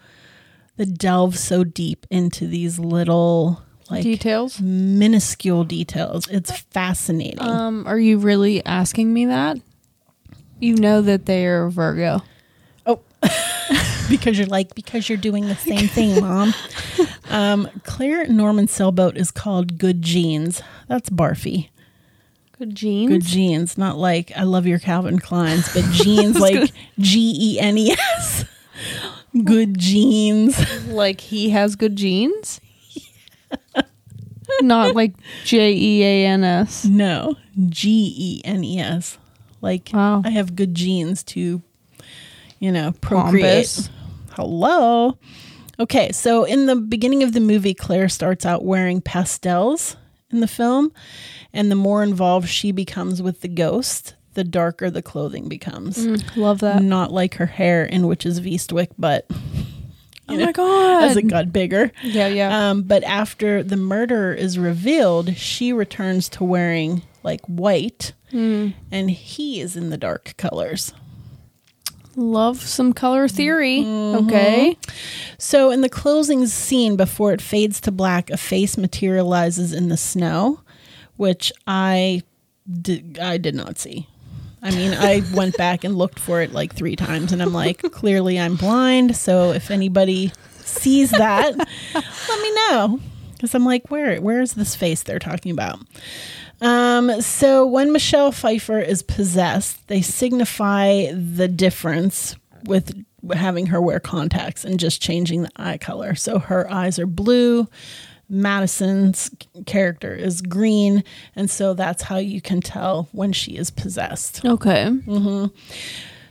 Speaker 3: that delve so deep into these little like
Speaker 2: Details?
Speaker 3: minuscule details. It's fascinating.
Speaker 2: Um, are you really asking me that? You know that they are Virgo.
Speaker 3: Oh, because you're like because you're doing the same thing, mom. Um, Claire Norman sailboat is called Good Jeans. That's barfy.
Speaker 2: Good genes.
Speaker 3: Good jeans, not like I love your Calvin Kleins, but jeans like G E N E S. Good jeans.
Speaker 2: like he has good genes. Not like J E A N S.
Speaker 3: No, G E N E S. Like
Speaker 2: Wow.
Speaker 3: I have good genes to, you know, procreate.
Speaker 2: Pompous.
Speaker 3: Hello. Okay, so in the beginning of the movie, Claire starts out wearing pastels in the film, and the more involved she becomes with the ghost, the darker the clothing becomes.
Speaker 2: Love that.
Speaker 3: Not like her hair in Witches of Eastwick, but
Speaker 2: Oh my god.
Speaker 3: as it got bigger.
Speaker 2: yeah, yeah.
Speaker 3: Um, but after the murderer is revealed, she returns to wearing like white, and he is in the dark colors.
Speaker 2: Love some color theory. Okay.
Speaker 3: So, in the closing scene, before it fades to black, a face materializes in the snow, which I did, I did not see. I mean, I went back and looked for it like three times, and I'm like, clearly I'm blind. So, if anybody sees that, let me know. Because I'm like, where where is this face they're talking about? Um, so when Michelle Pfeiffer is possessed, they signify the difference with having her wear contacts and just changing the eye color. So her eyes are blue. Madison's character is green, and so that's how you can tell when she is possessed.
Speaker 2: Okay.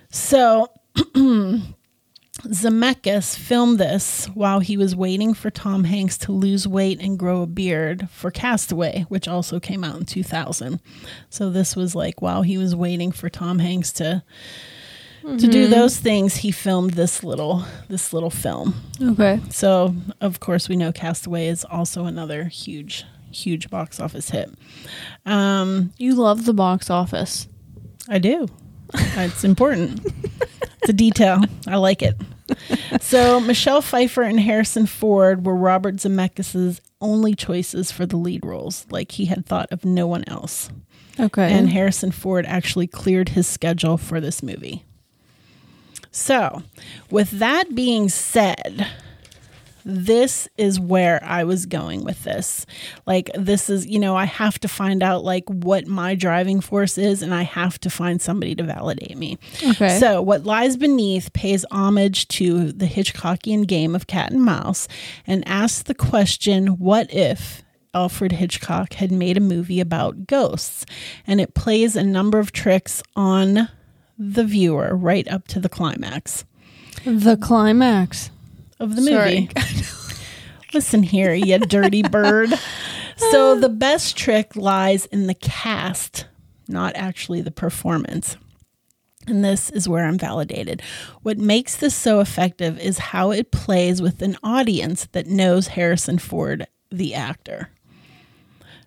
Speaker 3: So Zemeckis filmed this while he was waiting for Tom Hanks to lose weight and grow a beard for Castaway, which also came out in 2000. So this was like while he was waiting for Tom Hanks to to do those things, he filmed this little this little film.
Speaker 2: Okay.
Speaker 3: So, of course, we know Castaway is also another huge huge box office hit. Um
Speaker 2: You love the box office.
Speaker 3: I do. It's important. it's a detail. I like it. So Michelle Pfeiffer and Harrison Ford were Robert Zemeckis' only choices for the lead roles. Like he had thought of no one else.
Speaker 2: Okay.
Speaker 3: And Harrison Ford actually cleared his schedule for this movie. So, with that being said, this is where I was going with this. Like, this is, you know, I have to find out like what my driving force is, and I have to find somebody to validate me.
Speaker 2: Okay.
Speaker 3: So, what lies beneath pays homage to the Hitchcockian game of cat and mouse and asks the question what if Alfred Hitchcock had made a movie about ghosts? And it plays a number of tricks on the viewer right up to the climax
Speaker 2: the climax.
Speaker 3: of the movie. Listen here, you dirty bird. So the best trick lies in the cast, not actually the performance. And this is where I'm validated. What makes this so effective is how it plays with an audience that knows Harrison Ford, the actor.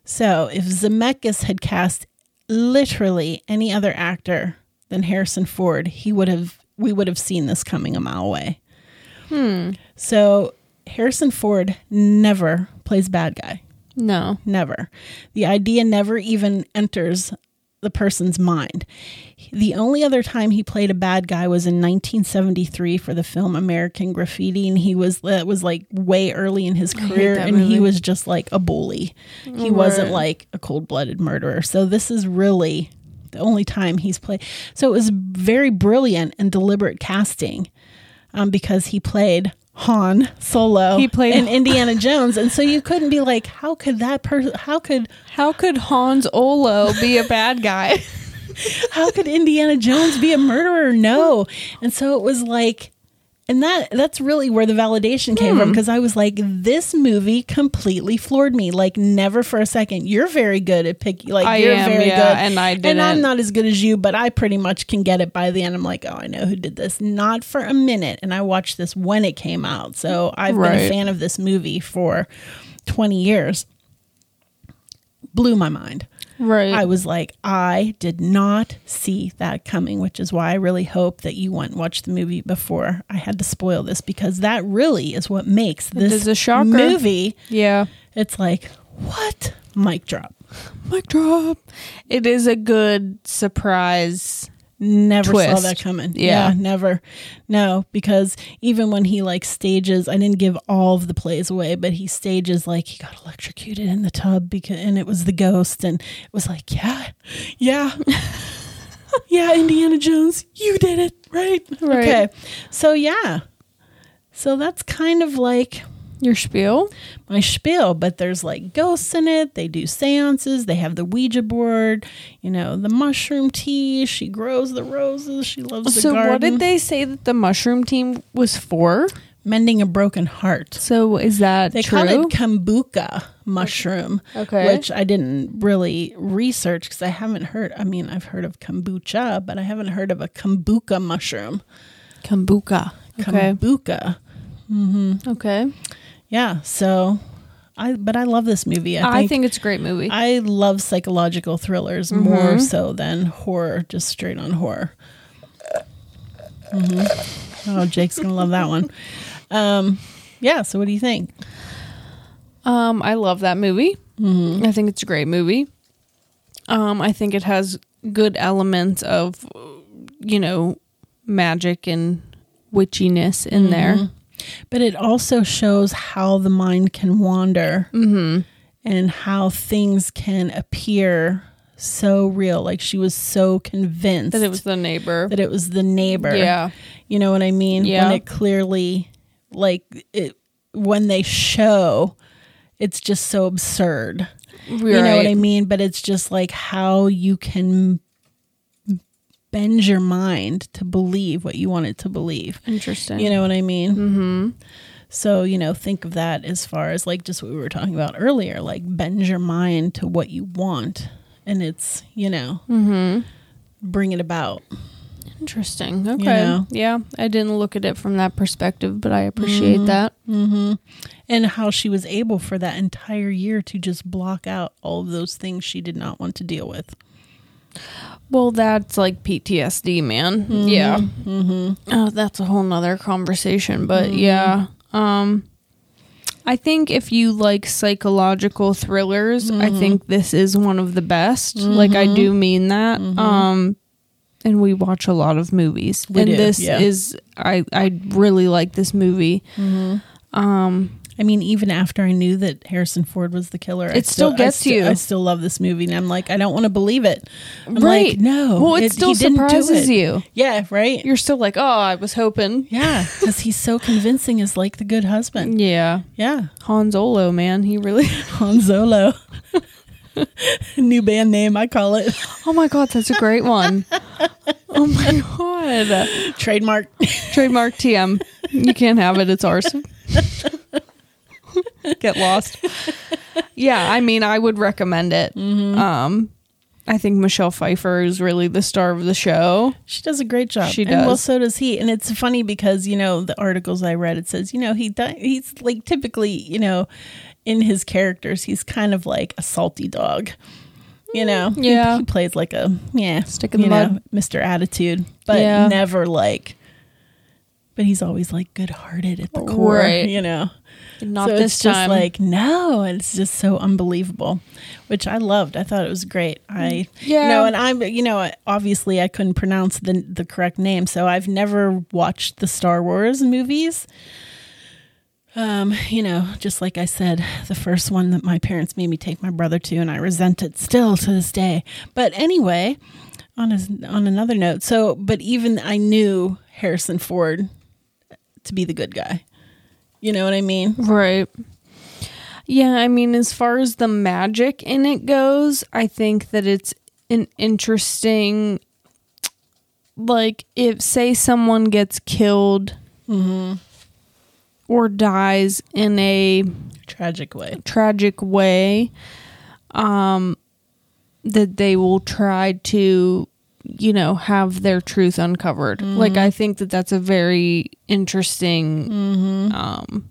Speaker 3: So if Zemeckis had cast literally any other actor than Harrison Ford, he would have we would have seen this coming a mile away. So Harrison Ford never plays bad guy.
Speaker 2: No.
Speaker 3: Never. The idea never even enters the person's mind. The only other time he played a bad guy was in 1973 for the film American Graffiti, and he was that was like way early in his career,
Speaker 2: that
Speaker 3: and
Speaker 2: movie.
Speaker 3: he was just like a bully. He wasn't like a cold blooded murderer. So this is really the only time he's played. So it was very brilliant and deliberate casting um, because he played Han Solo.
Speaker 2: He played-
Speaker 3: in Indiana Jones, and so you couldn't be like, how could that person? How could
Speaker 2: How could Hans Olo be a bad guy?
Speaker 3: how could Indiana Jones be a murderer? No, and so it was like And that that's really where the validation came
Speaker 2: Hmm.
Speaker 3: from because I was like, this movie completely floored me. Like, never for a second. You're very good at picking. Like,
Speaker 2: I
Speaker 3: you're
Speaker 2: am,
Speaker 3: very
Speaker 2: yeah,
Speaker 3: good,
Speaker 2: and I
Speaker 3: And I'm
Speaker 2: didn't.
Speaker 3: not as good as you, but I pretty much can get it by the end. I'm like, oh, I know who did this. Not for a minute. And I watched this when it came out, so I've been a
Speaker 2: Right.
Speaker 3: fan of this movie for 20 years. Blew my mind.
Speaker 2: Right.
Speaker 3: I was like, I did not see that coming, which is why I really hope that you went and watched the movie before I had to spoil this because that really is what makes this
Speaker 2: is a shocker.
Speaker 3: movie.
Speaker 2: yeah.
Speaker 3: It's like, what? Mic drop.
Speaker 2: Mic drop. It is a good surprise.
Speaker 3: Never saw
Speaker 2: Twist.
Speaker 3: that coming.
Speaker 2: Yeah.
Speaker 3: never. No, because even when he like stages, I didn't give all of the plays away, but he stages like he got electrocuted in the tub because, and it was the ghost, and it was like, yeah, yeah, yeah, Indiana Jones, you did it, right?
Speaker 2: Right.
Speaker 3: Okay, so yeah, so that's kind of like
Speaker 2: Your spiel?
Speaker 3: my spiel, but there's like ghosts in it. They do seances. They have the Ouija board, you know, the mushroom tea. She grows the roses. She loves the
Speaker 2: So,
Speaker 3: garden.
Speaker 2: what did they say that the mushroom team was for?
Speaker 3: Mending a broken heart.
Speaker 2: So, is that
Speaker 3: They
Speaker 2: true?
Speaker 3: call it kombucha mushroom,
Speaker 2: Okay.
Speaker 3: which I didn't really research because I haven't heard. I mean, I've heard of kombucha, but I haven't heard of a kombucha mushroom.
Speaker 2: Kombucha. Okay.
Speaker 3: Kombucha.
Speaker 2: Okay.
Speaker 3: Yeah. So, I but I love this movie.
Speaker 2: I think, it's a great movie.
Speaker 3: I love psychological thrillers
Speaker 2: Mm-hmm.
Speaker 3: more so than horror, just straight on horror. Mhm. Oh, Jake's gonna love that one. Um, yeah. So, what do you think?
Speaker 2: Um, I love that movie.
Speaker 3: Mm-hmm.
Speaker 2: I think it's a great movie. Um, I think it has good elements of, you know, magic and witchiness
Speaker 3: Mm-hmm.
Speaker 2: in there.
Speaker 3: But it also shows how the mind can wander
Speaker 2: Mm-hmm.
Speaker 3: and how things can appear so real. Like she was so convinced
Speaker 2: That it was the neighbor.
Speaker 3: that it was the neighbor.
Speaker 2: Yeah.
Speaker 3: You know what I mean?
Speaker 2: Yeah.
Speaker 3: When it clearly, like, it, when they show, it's just so absurd. You know what I mean? But it's just like how you can bend your mind to believe what you want it to believe.
Speaker 2: Interesting.
Speaker 3: You know what I mean? Mm-hmm. So, you know, think of that as far as like just what we were talking about earlier, like bend your mind to what you want. And it's, you know,
Speaker 2: Mm-hmm.
Speaker 3: bring it about.
Speaker 2: Interesting. Okay.
Speaker 3: know?
Speaker 2: Yeah. I didn't look at it from that perspective, but I appreciate
Speaker 3: Mm.
Speaker 2: that.
Speaker 3: Mm-hmm. and how she was able for that entire year to just block out all of those things she did not want to deal with.
Speaker 2: Well, that's like PTSD, man.
Speaker 3: Mm.
Speaker 2: Yeah. Mm-hmm. Oh, that's a whole nother conversation, but
Speaker 3: Mm.
Speaker 2: yeah. Um, I think if you like psychological thrillers, I
Speaker 3: Mm-hmm.
Speaker 2: think this is one of the best. Like, I do mean that.
Speaker 3: Mm-hmm.
Speaker 2: Um, and we watch a lot of movies,
Speaker 3: We
Speaker 2: and
Speaker 3: do,
Speaker 2: this
Speaker 3: yeah.
Speaker 2: is I I really like this movie.
Speaker 3: Mm-hmm.
Speaker 2: Um,
Speaker 3: I mean, even after I knew that Harrison Ford was the killer, I
Speaker 2: It still
Speaker 3: I
Speaker 2: gets you.
Speaker 3: I still love this movie, and I'm like, I don't want to believe it. I'm
Speaker 2: right?
Speaker 3: like, no,
Speaker 2: well, it,
Speaker 3: he
Speaker 2: still
Speaker 3: didn't do
Speaker 2: surprises
Speaker 3: it.
Speaker 2: you.
Speaker 3: Yeah, right.
Speaker 2: You're still like, oh, I was hoping.
Speaker 3: yeah, because he's so convincing as like the good husband.
Speaker 2: Yeah,
Speaker 3: Yeah,
Speaker 2: Han Solo, man, he really.
Speaker 3: Han Solo. New band name, I call it
Speaker 2: Oh my god, that's a great one. oh my god.
Speaker 3: trademark.
Speaker 2: Trademark TM. You can't have it, it's ours. Get lost. Yeah, I mean, I would recommend it. Um I think Michelle Pfeiffer is really the star of the show.
Speaker 3: She does a great job.
Speaker 2: She
Speaker 3: And well,
Speaker 2: does.
Speaker 3: so does he. And it's funny because you know the articles I read. It says you know he di- he's like typically you know in his characters he's kind of like a salty dog. You know, He-
Speaker 2: Mm, yeah.
Speaker 3: he, plays like a yeah
Speaker 2: Stick in the
Speaker 3: you know,
Speaker 2: mud.
Speaker 3: Mr. Attitude, but
Speaker 2: Yeah.
Speaker 3: never like. But he's always like good-hearted at the core,
Speaker 2: Right.
Speaker 3: you know.
Speaker 2: Not
Speaker 3: so
Speaker 2: this
Speaker 3: it's
Speaker 2: time.
Speaker 3: Just like no, it's just so unbelievable, which I loved. I thought it was great. I
Speaker 2: Yeah.
Speaker 3: you know, and I'm you know obviously I couldn't pronounce the the correct name, so I've never watched the Star Wars movies. Um, you know, just like I said, the first one that my parents made me take my brother to, and I resent it still to this day. But anyway, on his, on another note, so but even I knew Harrison Ford to be the good guy. You know what I mean?
Speaker 2: Right. Yeah, I mean, as far as the magic in it goes, I think that it's an interesting. Like, if, say, someone gets killed or dies in a
Speaker 3: Tragic way.
Speaker 2: tragic way um that they will try to you know have their truth uncovered like i think that that's a very interesting um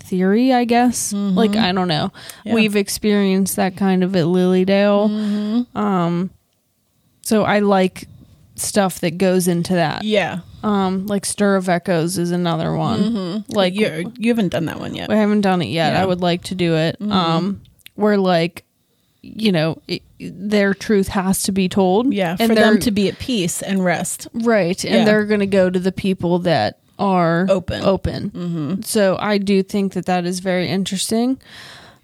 Speaker 2: theory i guess like i don't know
Speaker 3: Yeah.
Speaker 2: we've experienced that kind of at lilydale um so i like stuff that goes into that
Speaker 3: Yeah.
Speaker 2: um like stir of echoes is another one like
Speaker 3: Like you you haven't done that one yet.
Speaker 2: I haven't done it yet.
Speaker 3: Yeah. Mm-hmm.
Speaker 2: I would like to do it. Um, where like, you know, it, their truth has to be told.
Speaker 3: Yeah,
Speaker 2: and
Speaker 3: for them
Speaker 2: they're-
Speaker 3: to be at peace and rest.
Speaker 2: right, and
Speaker 3: Yeah.
Speaker 2: they're going to go to the people that are
Speaker 3: Open. Mm-hmm.
Speaker 2: Open. So I do think that that is very interesting.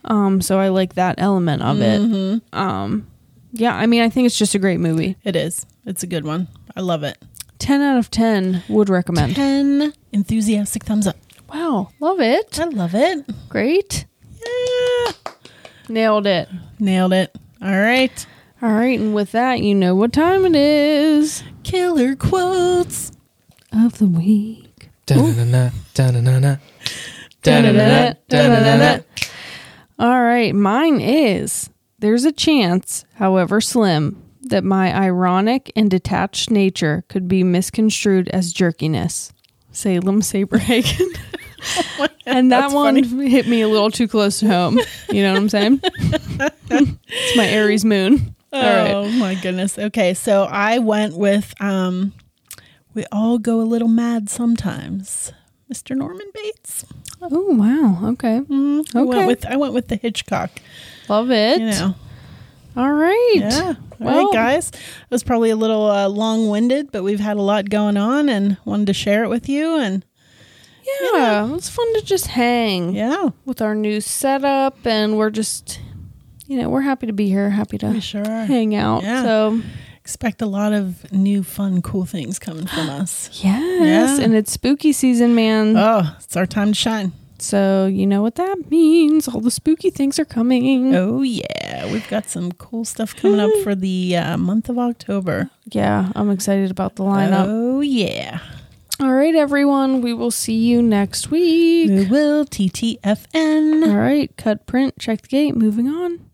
Speaker 2: Um, so I like that element of it.
Speaker 3: Mm-hmm.
Speaker 2: Um, yeah, I mean, I think it's just a great movie.
Speaker 3: It is. It's a good one. I love it.
Speaker 2: Ten out of ten would recommend.
Speaker 3: Ten enthusiastic thumbs up.
Speaker 2: Wow, love it.
Speaker 3: I love it.
Speaker 2: Great,
Speaker 3: Yeah.
Speaker 2: nailed it.
Speaker 3: Nailed it. All right.
Speaker 2: All right, and with that, you know what time it is.
Speaker 3: Killer quotes.
Speaker 2: of the week.
Speaker 4: Da-na-na-na, da-na-na-na. Da-na-na-na, da-na-na-na.
Speaker 2: All right, mine is there's a chance, however slim, that my ironic and detached nature could be misconstrued as jerkiness. Salem Saberhagen. and that one hit me a little too close to home. You know what I'm saying? it's my Aries moon. All right.
Speaker 3: Oh my goodness. Okay, so I went with um we all go a little mad sometimes. Mr. Norman Bates.
Speaker 2: Oh, wow. Okay.
Speaker 3: Mm, I
Speaker 2: Okay.
Speaker 3: went with I went with the Hitchcock.
Speaker 2: Love it.
Speaker 3: You know.
Speaker 2: All right.
Speaker 3: Yeah. All right,
Speaker 2: Well-
Speaker 3: guys. It was probably a little uh, long winded, but we've had a lot going on and wanted to share it with you. And
Speaker 2: Yeah. It's fun to just hang.
Speaker 3: yeah,
Speaker 2: with our new setup and we're just you know we're happy to be here happy to
Speaker 3: we sure are.
Speaker 2: hang out
Speaker 3: Yeah.
Speaker 2: so
Speaker 3: Expect a lot of new, fun, cool things coming from us.
Speaker 2: yes
Speaker 3: Yeah.
Speaker 2: and it's spooky season man
Speaker 3: Oh, it's our time to shine.
Speaker 2: so you know what that means all the spooky things are coming
Speaker 3: Oh, yeah. We've got some cool stuff coming up for the uh, month of October.
Speaker 2: yeah i'm excited about the lineup
Speaker 3: Oh, yeah. Oh.
Speaker 2: all right everyone we will see you next week
Speaker 3: We will TTFN.
Speaker 2: all right cut print check the gate moving on